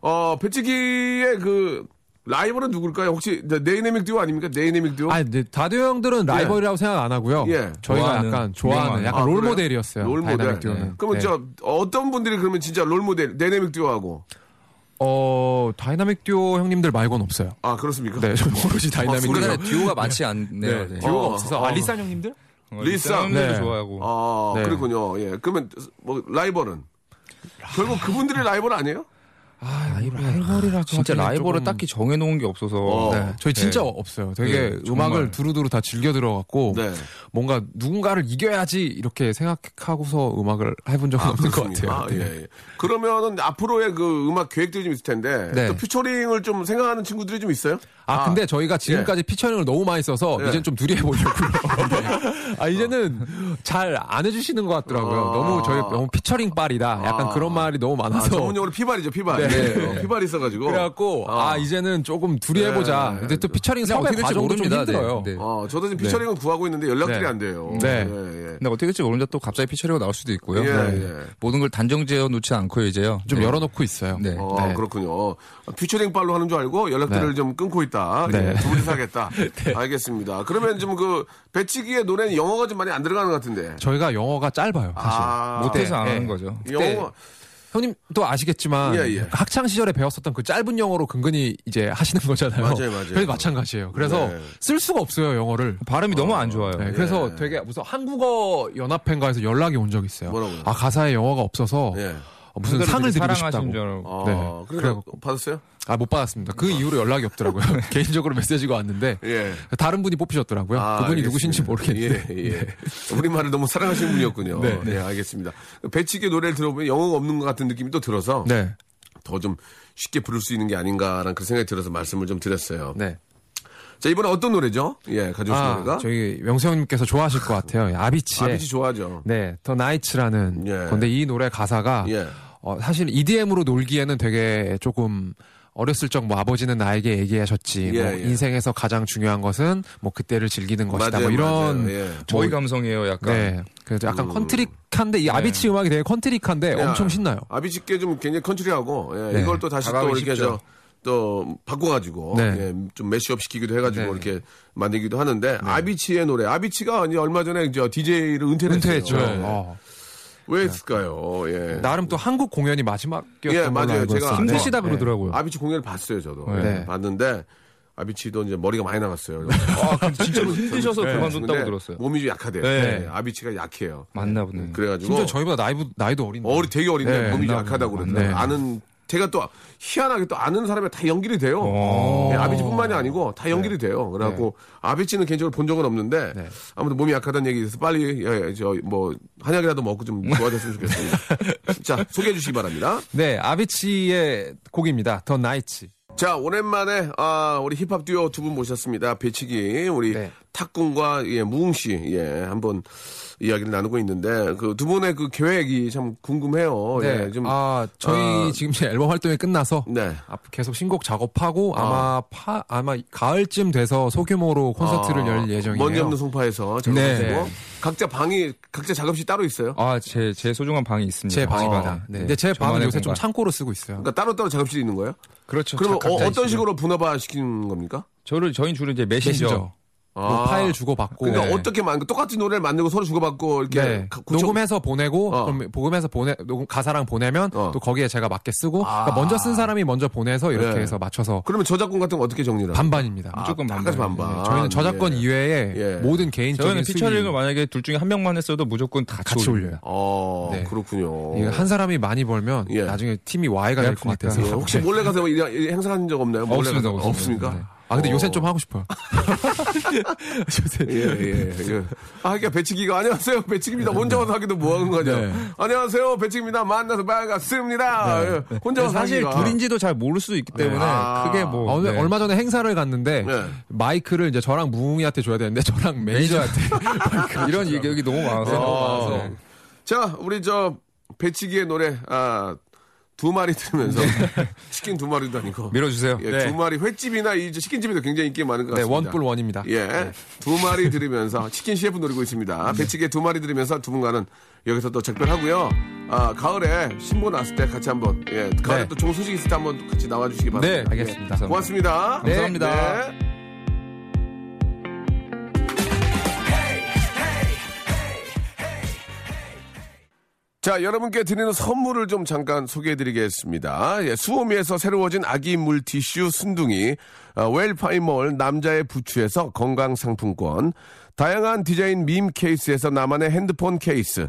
[SPEAKER 2] 어 배치기의 그 라이벌은 누굴까요? 혹시 네이네믹 듀오 아닙니까? 네이네믹 듀오.
[SPEAKER 4] 아니, 근데 다듀 형들은 라이벌이라고 생각 안 하고요.
[SPEAKER 2] 예.
[SPEAKER 4] 저희가
[SPEAKER 6] 좋아하는,
[SPEAKER 4] 약간 좋아하는
[SPEAKER 6] 유명한.
[SPEAKER 4] 약간
[SPEAKER 2] 아,
[SPEAKER 4] 롤
[SPEAKER 2] 그래요?
[SPEAKER 4] 모델이었어요.
[SPEAKER 2] 롤 모델. 예.
[SPEAKER 4] 다이나믹 듀오는.
[SPEAKER 2] 그러면
[SPEAKER 4] 네.
[SPEAKER 2] 저 어떤 분들이 그러면 진짜 롤 모델 네이네믹 듀오하고
[SPEAKER 4] 어, 다이나믹 듀오 형님들 말고는 없어요.
[SPEAKER 2] 아 그렇습니까?
[SPEAKER 4] 네, 저 모르지 다이나믹
[SPEAKER 6] 우리나라에
[SPEAKER 4] 듀오.
[SPEAKER 6] 듀오가 많지 않네요. 네.
[SPEAKER 4] 듀오가
[SPEAKER 2] 어,
[SPEAKER 4] 없어서
[SPEAKER 2] 어.
[SPEAKER 4] 아, 리산 형님들?
[SPEAKER 2] 리쌍.
[SPEAKER 6] 쌍도
[SPEAKER 4] 네.
[SPEAKER 6] 좋아하고.
[SPEAKER 2] 아
[SPEAKER 4] 네.
[SPEAKER 2] 그렇군요. 예. 그러면 뭐 라이벌은 결국 그분들의 라이벌 아니에요?
[SPEAKER 4] 라이벌이라
[SPEAKER 6] 예. 진짜 라이벌을 딱히 정해놓은 게 없어서.
[SPEAKER 2] 어.
[SPEAKER 4] 네, 저희 진짜 없어요. 되게
[SPEAKER 6] 네,
[SPEAKER 4] 음악을
[SPEAKER 6] 정말.
[SPEAKER 4] 두루두루 다 즐겨 들어갔고
[SPEAKER 2] 네.
[SPEAKER 4] 뭔가 누군가를 이겨야지 이렇게 생각하고서 음악을 해본 적은 없는 것
[SPEAKER 2] 그렇습니다.
[SPEAKER 4] 같아요. 네.
[SPEAKER 2] 아, 예, 예. 그러면은 앞으로의 그 음악 계획들이 좀 있을 텐데
[SPEAKER 4] 네.
[SPEAKER 2] 또 퓨처링을 좀 생각하는 친구들이 좀 있어요?
[SPEAKER 4] 아, 근데 저희가 지금까지 피처링을 너무 많이 써서
[SPEAKER 2] 예.
[SPEAKER 4] 이젠 좀 누리해보려고요. 아, 이제는 잘 안 해주시는 것 같더라고요.
[SPEAKER 2] 아.
[SPEAKER 4] 너무 저희 너무 피처링 빨이다.
[SPEAKER 2] 아.
[SPEAKER 4] 약간 그런 말이 너무
[SPEAKER 2] 아,
[SPEAKER 4] 많아서.
[SPEAKER 2] 전문용어로 피발이죠, 피발. 네. 어, 피발이 있어가지고.
[SPEAKER 4] 그래갖고 아, 이제는 조금 두리해보자.
[SPEAKER 2] 네.
[SPEAKER 4] 근데 또 피처링
[SPEAKER 6] 그냥
[SPEAKER 4] 섭외
[SPEAKER 6] 어떻게 될지
[SPEAKER 4] 과정도 좀
[SPEAKER 6] 모릅니다.
[SPEAKER 4] 힘들어요.
[SPEAKER 2] 아,
[SPEAKER 6] 네, 네.
[SPEAKER 2] 어, 저도 지금 피처링을 구하고 있는데 연락들이
[SPEAKER 4] 네.
[SPEAKER 2] 안 돼요.
[SPEAKER 4] 네.
[SPEAKER 2] 예, 예.
[SPEAKER 6] 근데 어떻게 될지 모른다 또 갑자기 피처리가 나올 수도 있고요.
[SPEAKER 2] 예,
[SPEAKER 6] 네.
[SPEAKER 2] 예.
[SPEAKER 6] 모든 걸 단정지어 놓지 않고요, 이제요.
[SPEAKER 4] 좀
[SPEAKER 6] 네.
[SPEAKER 4] 열어놓고 있어요.
[SPEAKER 6] 네.
[SPEAKER 2] 어,
[SPEAKER 4] 네.
[SPEAKER 2] 그렇군요. 퓨처링 빨로 하는 줄 알고 연락들을
[SPEAKER 4] 네.
[SPEAKER 2] 좀 끊고 있다.
[SPEAKER 4] 네.
[SPEAKER 2] 예, 두 분이서 하겠다. 알겠습니다. 그러면 좀 그 배치기의 노래는 영어가 좀 많이 안 들어가는 것 같은데.
[SPEAKER 4] 저희가 영어가 짧아요, 사실.
[SPEAKER 2] 아,
[SPEAKER 6] 못해서 안
[SPEAKER 4] 네.
[SPEAKER 6] 하는 거죠.
[SPEAKER 2] 영어.
[SPEAKER 4] 형님도 아시겠지만
[SPEAKER 2] 예, 예.
[SPEAKER 4] 학창 시절에 배웠었던 그 짧은 영어로 근근히 이제 하시는 거잖아요.
[SPEAKER 2] 맞아요, 맞아요.
[SPEAKER 4] 그래서 마찬가지예요. 그래서
[SPEAKER 2] 네. 예.
[SPEAKER 4] 쓸 수가 없어요, 영어를.
[SPEAKER 6] 발음이 너무 안 좋아요.
[SPEAKER 4] 네, 그래서 되게 무슨 한국어 연합회인가에서 연락이 온 적이 있어요.
[SPEAKER 2] 뭐라고요?
[SPEAKER 4] 아 가사에 영어가 없어서
[SPEAKER 2] 예.
[SPEAKER 4] 어, 무슨 상을 드리고
[SPEAKER 6] 사랑하신
[SPEAKER 4] 싶다고.
[SPEAKER 6] 줄 알고.
[SPEAKER 2] 어,
[SPEAKER 4] 네.
[SPEAKER 2] 그래서
[SPEAKER 4] 그래요.
[SPEAKER 2] 받았어요?
[SPEAKER 4] 아 못 받았습니다. 그 이후로 연락이 없더라고요. 개인적으로 메시지가 왔는데
[SPEAKER 2] 네. 예.
[SPEAKER 4] 다른 분이 뽑히셨더라고요.
[SPEAKER 2] 아,
[SPEAKER 4] 그분이
[SPEAKER 2] 알겠습니다.
[SPEAKER 4] 누구신지
[SPEAKER 2] 예,
[SPEAKER 4] 모르겠는데.
[SPEAKER 2] 예. 우리말을 너무 사랑하시는 분이었군요. 네,
[SPEAKER 4] 네,
[SPEAKER 2] 알겠습니다. 배치기 노래를 들어보면 영어가 없는 것 같은 느낌이 또 들어서
[SPEAKER 4] 네.
[SPEAKER 2] 더 좀 쉽게 부를 수 있는 게 아닌가라는 그런 생각이 들어서 말씀을 좀 드렸어요.
[SPEAKER 4] 네.
[SPEAKER 2] 자, 이번에 어떤 노래죠? 예, 가져오신
[SPEAKER 4] 아,
[SPEAKER 2] 노래가?
[SPEAKER 4] 저희 명수 형님께서 좋아하실 것 같아요. 아비치의
[SPEAKER 2] 아비치 좋아하죠.
[SPEAKER 4] 네, 더 나이츠라는
[SPEAKER 2] 예.
[SPEAKER 4] 건데 이 노래 가사가
[SPEAKER 2] 예.
[SPEAKER 4] 어, 사실 EDM으로 놀기에는 되게 조금 어렸을 적 뭐 아버지는 나에게 얘기하셨지
[SPEAKER 2] 예,
[SPEAKER 4] 뭐
[SPEAKER 2] 예.
[SPEAKER 4] 인생에서 가장 중요한 것은 뭐 그때를 즐기는 것이다
[SPEAKER 2] 맞아요,
[SPEAKER 4] 뭐 이런
[SPEAKER 2] 맞아요. 예. 그러니까
[SPEAKER 6] 저희 감성이에요, 약간.
[SPEAKER 4] 네 그래서 약간 컨트리칸데 이 아비치 음악이 되게 컨트리칸데
[SPEAKER 2] 네. 야,
[SPEAKER 4] 엄청 신나요
[SPEAKER 2] 아비치께 좀 굉장히 컨트리하고 예,
[SPEAKER 4] 네.
[SPEAKER 2] 이걸 또 다시 또
[SPEAKER 6] 다가오기
[SPEAKER 2] 이렇게
[SPEAKER 6] 쉽죠.
[SPEAKER 2] 저또 바꿔가지고
[SPEAKER 4] 네.
[SPEAKER 2] 예, 좀 매시업 시키기도 해가지고
[SPEAKER 4] 네.
[SPEAKER 2] 이렇게 만들기도 하는데
[SPEAKER 6] 네.
[SPEAKER 2] 아비치의 노래 아비치가 이제 얼마 전에 이제 DJ를 은퇴를
[SPEAKER 4] 은퇴했죠
[SPEAKER 2] 했어요.
[SPEAKER 6] 네.
[SPEAKER 2] 예.
[SPEAKER 4] 어.
[SPEAKER 2] 왜 했을까요? 예.
[SPEAKER 4] 나름 또 한국 공연이 마지막이었던
[SPEAKER 2] 예,
[SPEAKER 4] 걸로
[SPEAKER 2] 맞아요. 제가
[SPEAKER 4] 알고
[SPEAKER 2] 예.
[SPEAKER 4] 있어요.
[SPEAKER 6] 힘드시다
[SPEAKER 4] 네.
[SPEAKER 6] 그러더라고요.
[SPEAKER 2] 아비치 공연을 봤어요 저도
[SPEAKER 4] 네.
[SPEAKER 2] 예, 봤는데 아비치도 이제 머리가 많이 나갔어요.
[SPEAKER 6] 아, 근데 진짜로 힘드셔서
[SPEAKER 2] 네.
[SPEAKER 6] 그만뒀다고
[SPEAKER 2] 근데
[SPEAKER 6] 들었어요.
[SPEAKER 2] 몸이 좀 약하대요.
[SPEAKER 6] 네.
[SPEAKER 2] 예, 아비치가 약해요.
[SPEAKER 6] 맞나 보네.
[SPEAKER 2] 그래가지고
[SPEAKER 4] 심지어 저희보다 나이도, 나이도 어린데
[SPEAKER 2] 뭐 어리 되게 어린데
[SPEAKER 4] 네,
[SPEAKER 2] 몸이 좀
[SPEAKER 4] 안
[SPEAKER 2] 약하다고
[SPEAKER 4] 나오는구나.
[SPEAKER 2] 그러더라고요.
[SPEAKER 4] 네.
[SPEAKER 2] 아는 제가 또 희한하게 또 아는 사람이 다 연결이 돼요.
[SPEAKER 4] 어.
[SPEAKER 2] 네, 아비치뿐만이 아니고 다 연결이 돼요. 그래갖고 아비치는 개인적으로 본 적은 없는데
[SPEAKER 4] 네.
[SPEAKER 2] 아무튼 몸이 약하다는 얘기에서 빨리 저 뭐 한약이라도 먹고 좀 좋아졌으면 좋겠습니다. 자 소개해 주시기 바랍니다.
[SPEAKER 4] 네 아비치의 곡입니다 더 나이츠
[SPEAKER 2] 자 오랜만에 아, 우리 힙합 듀오 두 분 모셨습니다. 배치기 우리
[SPEAKER 4] 네.
[SPEAKER 2] 탁군과 예, 무웅 씨 예, 한번 이야기를 나누고 있는데 그 두 분의 그 계획이 참 궁금해요.
[SPEAKER 4] 네.
[SPEAKER 2] 예, 좀
[SPEAKER 4] 아, 저희
[SPEAKER 2] 아,
[SPEAKER 4] 지금 제 앨범 활동이 끝나서
[SPEAKER 2] 네.
[SPEAKER 4] 앞- 계속 신곡 작업하고 아마 파, 아마 가을쯤 돼서 소규모로 콘서트를
[SPEAKER 2] 아,
[SPEAKER 4] 열 예정이에요.
[SPEAKER 2] 먼지 없는 송파에서 작업하시고
[SPEAKER 4] 네.
[SPEAKER 2] 각자 방이 각자 작업실 따로 있어요.
[SPEAKER 6] 아, 제, 제 소중한 방이 있습니다.
[SPEAKER 4] 제 방입니다.
[SPEAKER 6] 아,
[SPEAKER 4] 네. 근데 제 방은
[SPEAKER 6] 저만의
[SPEAKER 4] 요새 좀
[SPEAKER 6] 공간.
[SPEAKER 4] 창고로 쓰고 있어요.
[SPEAKER 2] 그러니까 따로 따로 작업실이 있는 거예요?
[SPEAKER 6] 그렇죠.
[SPEAKER 2] 그러면 어,
[SPEAKER 6] 각자 있습니다.
[SPEAKER 2] 어떤 식으로 분업화 시키는 겁니까?
[SPEAKER 6] 저를, 저희 주로 이제 메신저.
[SPEAKER 4] 메신저.
[SPEAKER 2] 아.
[SPEAKER 4] 그뭐 파일 주고받고.
[SPEAKER 2] 그러니까
[SPEAKER 6] 네.
[SPEAKER 2] 어떻게 만 똑같은 노래를 만들고 서로 주고받고 이렇게
[SPEAKER 4] 네.
[SPEAKER 2] 가- 고쳐-
[SPEAKER 4] 녹음해서 보내고
[SPEAKER 2] 어.
[SPEAKER 4] 그럼 녹음해서 보내 녹음 가사랑 보내면
[SPEAKER 2] 어. 아.
[SPEAKER 4] 또 거기에 제가 맞게 쓰고 그러니까 먼저 쓴 사람이 먼저 보내서 이렇게
[SPEAKER 2] 네.
[SPEAKER 4] 해서 맞춰서
[SPEAKER 2] 그러면 저작권 같은 거 어떻게 정리를? 하나요?
[SPEAKER 4] 반반입니다.
[SPEAKER 6] 무조건
[SPEAKER 2] 다
[SPEAKER 6] 반반.
[SPEAKER 2] 같이 반반.
[SPEAKER 4] 네, 저희는 저작권
[SPEAKER 2] 예.
[SPEAKER 4] 이외에
[SPEAKER 2] 예.
[SPEAKER 4] 모든 개인적인
[SPEAKER 6] 저희는
[SPEAKER 4] 수익이
[SPEAKER 6] 피처링을 만약에 둘 중에 한 명만 했어도 무조건 다
[SPEAKER 4] 같이 올려요.
[SPEAKER 2] 어,
[SPEAKER 4] 네.
[SPEAKER 2] 그렇군요.
[SPEAKER 4] 이게 한 사람이 많이 벌면
[SPEAKER 2] 예.
[SPEAKER 4] 나중에 팀이 와해가 될 것
[SPEAKER 6] 그러니까.
[SPEAKER 4] 같아서.
[SPEAKER 2] 예, 혹시 몰래 가서 뭐 이런- 이런 행사한 적 없나요? 몰래
[SPEAKER 6] 없습니다,
[SPEAKER 2] 가서?
[SPEAKER 6] 없습니다.
[SPEAKER 2] 없습니까?
[SPEAKER 6] 네.
[SPEAKER 4] 아 근데
[SPEAKER 2] 어.
[SPEAKER 4] 요새 좀 하고 싶어요. 요새
[SPEAKER 2] 예, 예, 예. 아, 그러니까 배치기가 안녕하세요. 배치기입니다. 혼자 와서 하기도 뭐 하는 거냐.
[SPEAKER 4] 네.
[SPEAKER 2] 안녕하세요. 배치기입니다. 만나서 반갑습니다. 예, 혼자 와서
[SPEAKER 6] 네. 사실
[SPEAKER 2] 하기가.
[SPEAKER 6] 둘인지도 잘 모를 수도 있기 때문에
[SPEAKER 2] 아.
[SPEAKER 6] 그게 뭐.
[SPEAKER 4] 아, 오늘
[SPEAKER 6] 네.
[SPEAKER 4] 얼마 전에 행사를 갔는데
[SPEAKER 2] 네.
[SPEAKER 4] 마이크를 이제 저랑 무웅이한테 줘야 되는데 저랑 매니저한테 마이크
[SPEAKER 6] 이런 얘기 너무 많아서.
[SPEAKER 2] 어.
[SPEAKER 6] 네.
[SPEAKER 2] 자, 우리 저 배치기의 노래, 아, 두 마리 들으면서 치킨 두 마리도 아니고.
[SPEAKER 6] 네. 밀어주세요.
[SPEAKER 2] 예,
[SPEAKER 4] 네.
[SPEAKER 2] 두 마리 횟집이나 이 치킨집에도 굉장히 인기 많은 것
[SPEAKER 4] 네
[SPEAKER 2] 같습니다.
[SPEAKER 4] 원뿔 원입니다. 네.
[SPEAKER 2] 예. 두 마리 들으면서 치킨 CF 노리고 있습니다. 배치게 두 마리 들으면서 두 분과는 여기서 또 작별하고요. 아, 가을에 신보 났을 때 같이 한번 예, 가을에
[SPEAKER 4] 네.
[SPEAKER 2] 또 좋은 소식 있을 때 한번 같이 나와 주시기
[SPEAKER 4] 네
[SPEAKER 2] 바랍니다.
[SPEAKER 4] 알겠습니다.
[SPEAKER 2] 예. 고맙습니다.
[SPEAKER 4] 네.
[SPEAKER 6] 감사합니다.
[SPEAKER 2] 네. 자, 여러분께 드리는 선물을 좀 잠깐 소개해 드리겠습니다. 예, 수오미에서 새로워진 아기 물티슈 순둥이, 어, 웰파이몰 남자의 부추에서 건강상품권, 다양한 디자인 밈 케이스에서 나만의 핸드폰 케이스,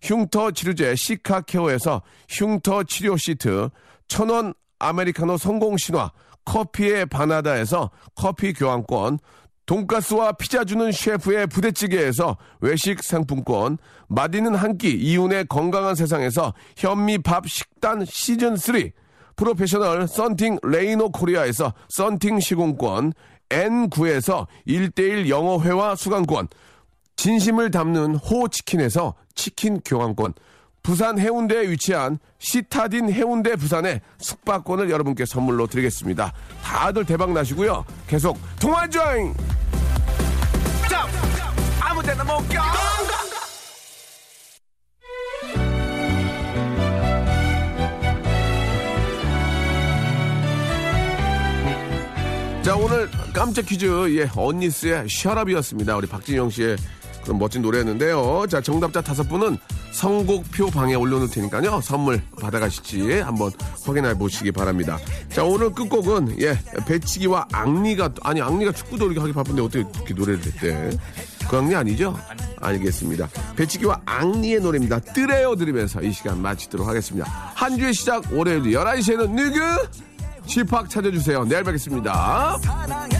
[SPEAKER 2] 흉터 치료제 시카케어에서 흉터 치료 시트, 천원 아메리카노 성공 신화, 커피의 바나다에서 커피 교환권, 돈가스와 피자 주는 셰프의 부대찌개에서 외식 상품권, 맛있는 한 끼 이윤의 건강한 세상에서 현미밥 식단 시즌 3, 프로페셔널 썬팅 레이노 코리아에서 썬팅 시공권, N9에서 1대1 영어회화 수강권, 진심을 담는 호치킨에서 치킨 교환권, 부산 해운대에 위치한 시타딘 해운대 부산의 숙박권을 여러분께 선물로 드리겠습니다. 다들 대박 나시고요. 계속 통화 조잉! 자 오늘 깜짝 퀴즈 예 언니스의 셔럽이었습니다 우리 박진영 씨의 그런 멋진 노래였는데요 자 정답자 다섯 분은 선곡표 방에 올려놓을 테니까요 선물 받아가실지 한번 확인해 보시기 바랍니다 자 오늘 끝곡은 예 배치기와 앙리가 아니 앙리가 축구도 이렇게 하기 바쁜데 어떻게 이렇게 노래를 했대 그 앙리 아니죠 알겠습니다 배치기와 앙리의 노래입니다 뜨레요 드리면서 이 시간 마치도록 하겠습니다 한 주의 그 시작 월요일 11시에는 누구 집합 찾아주세요 내일 뵙겠습니다
[SPEAKER 1] 사랑해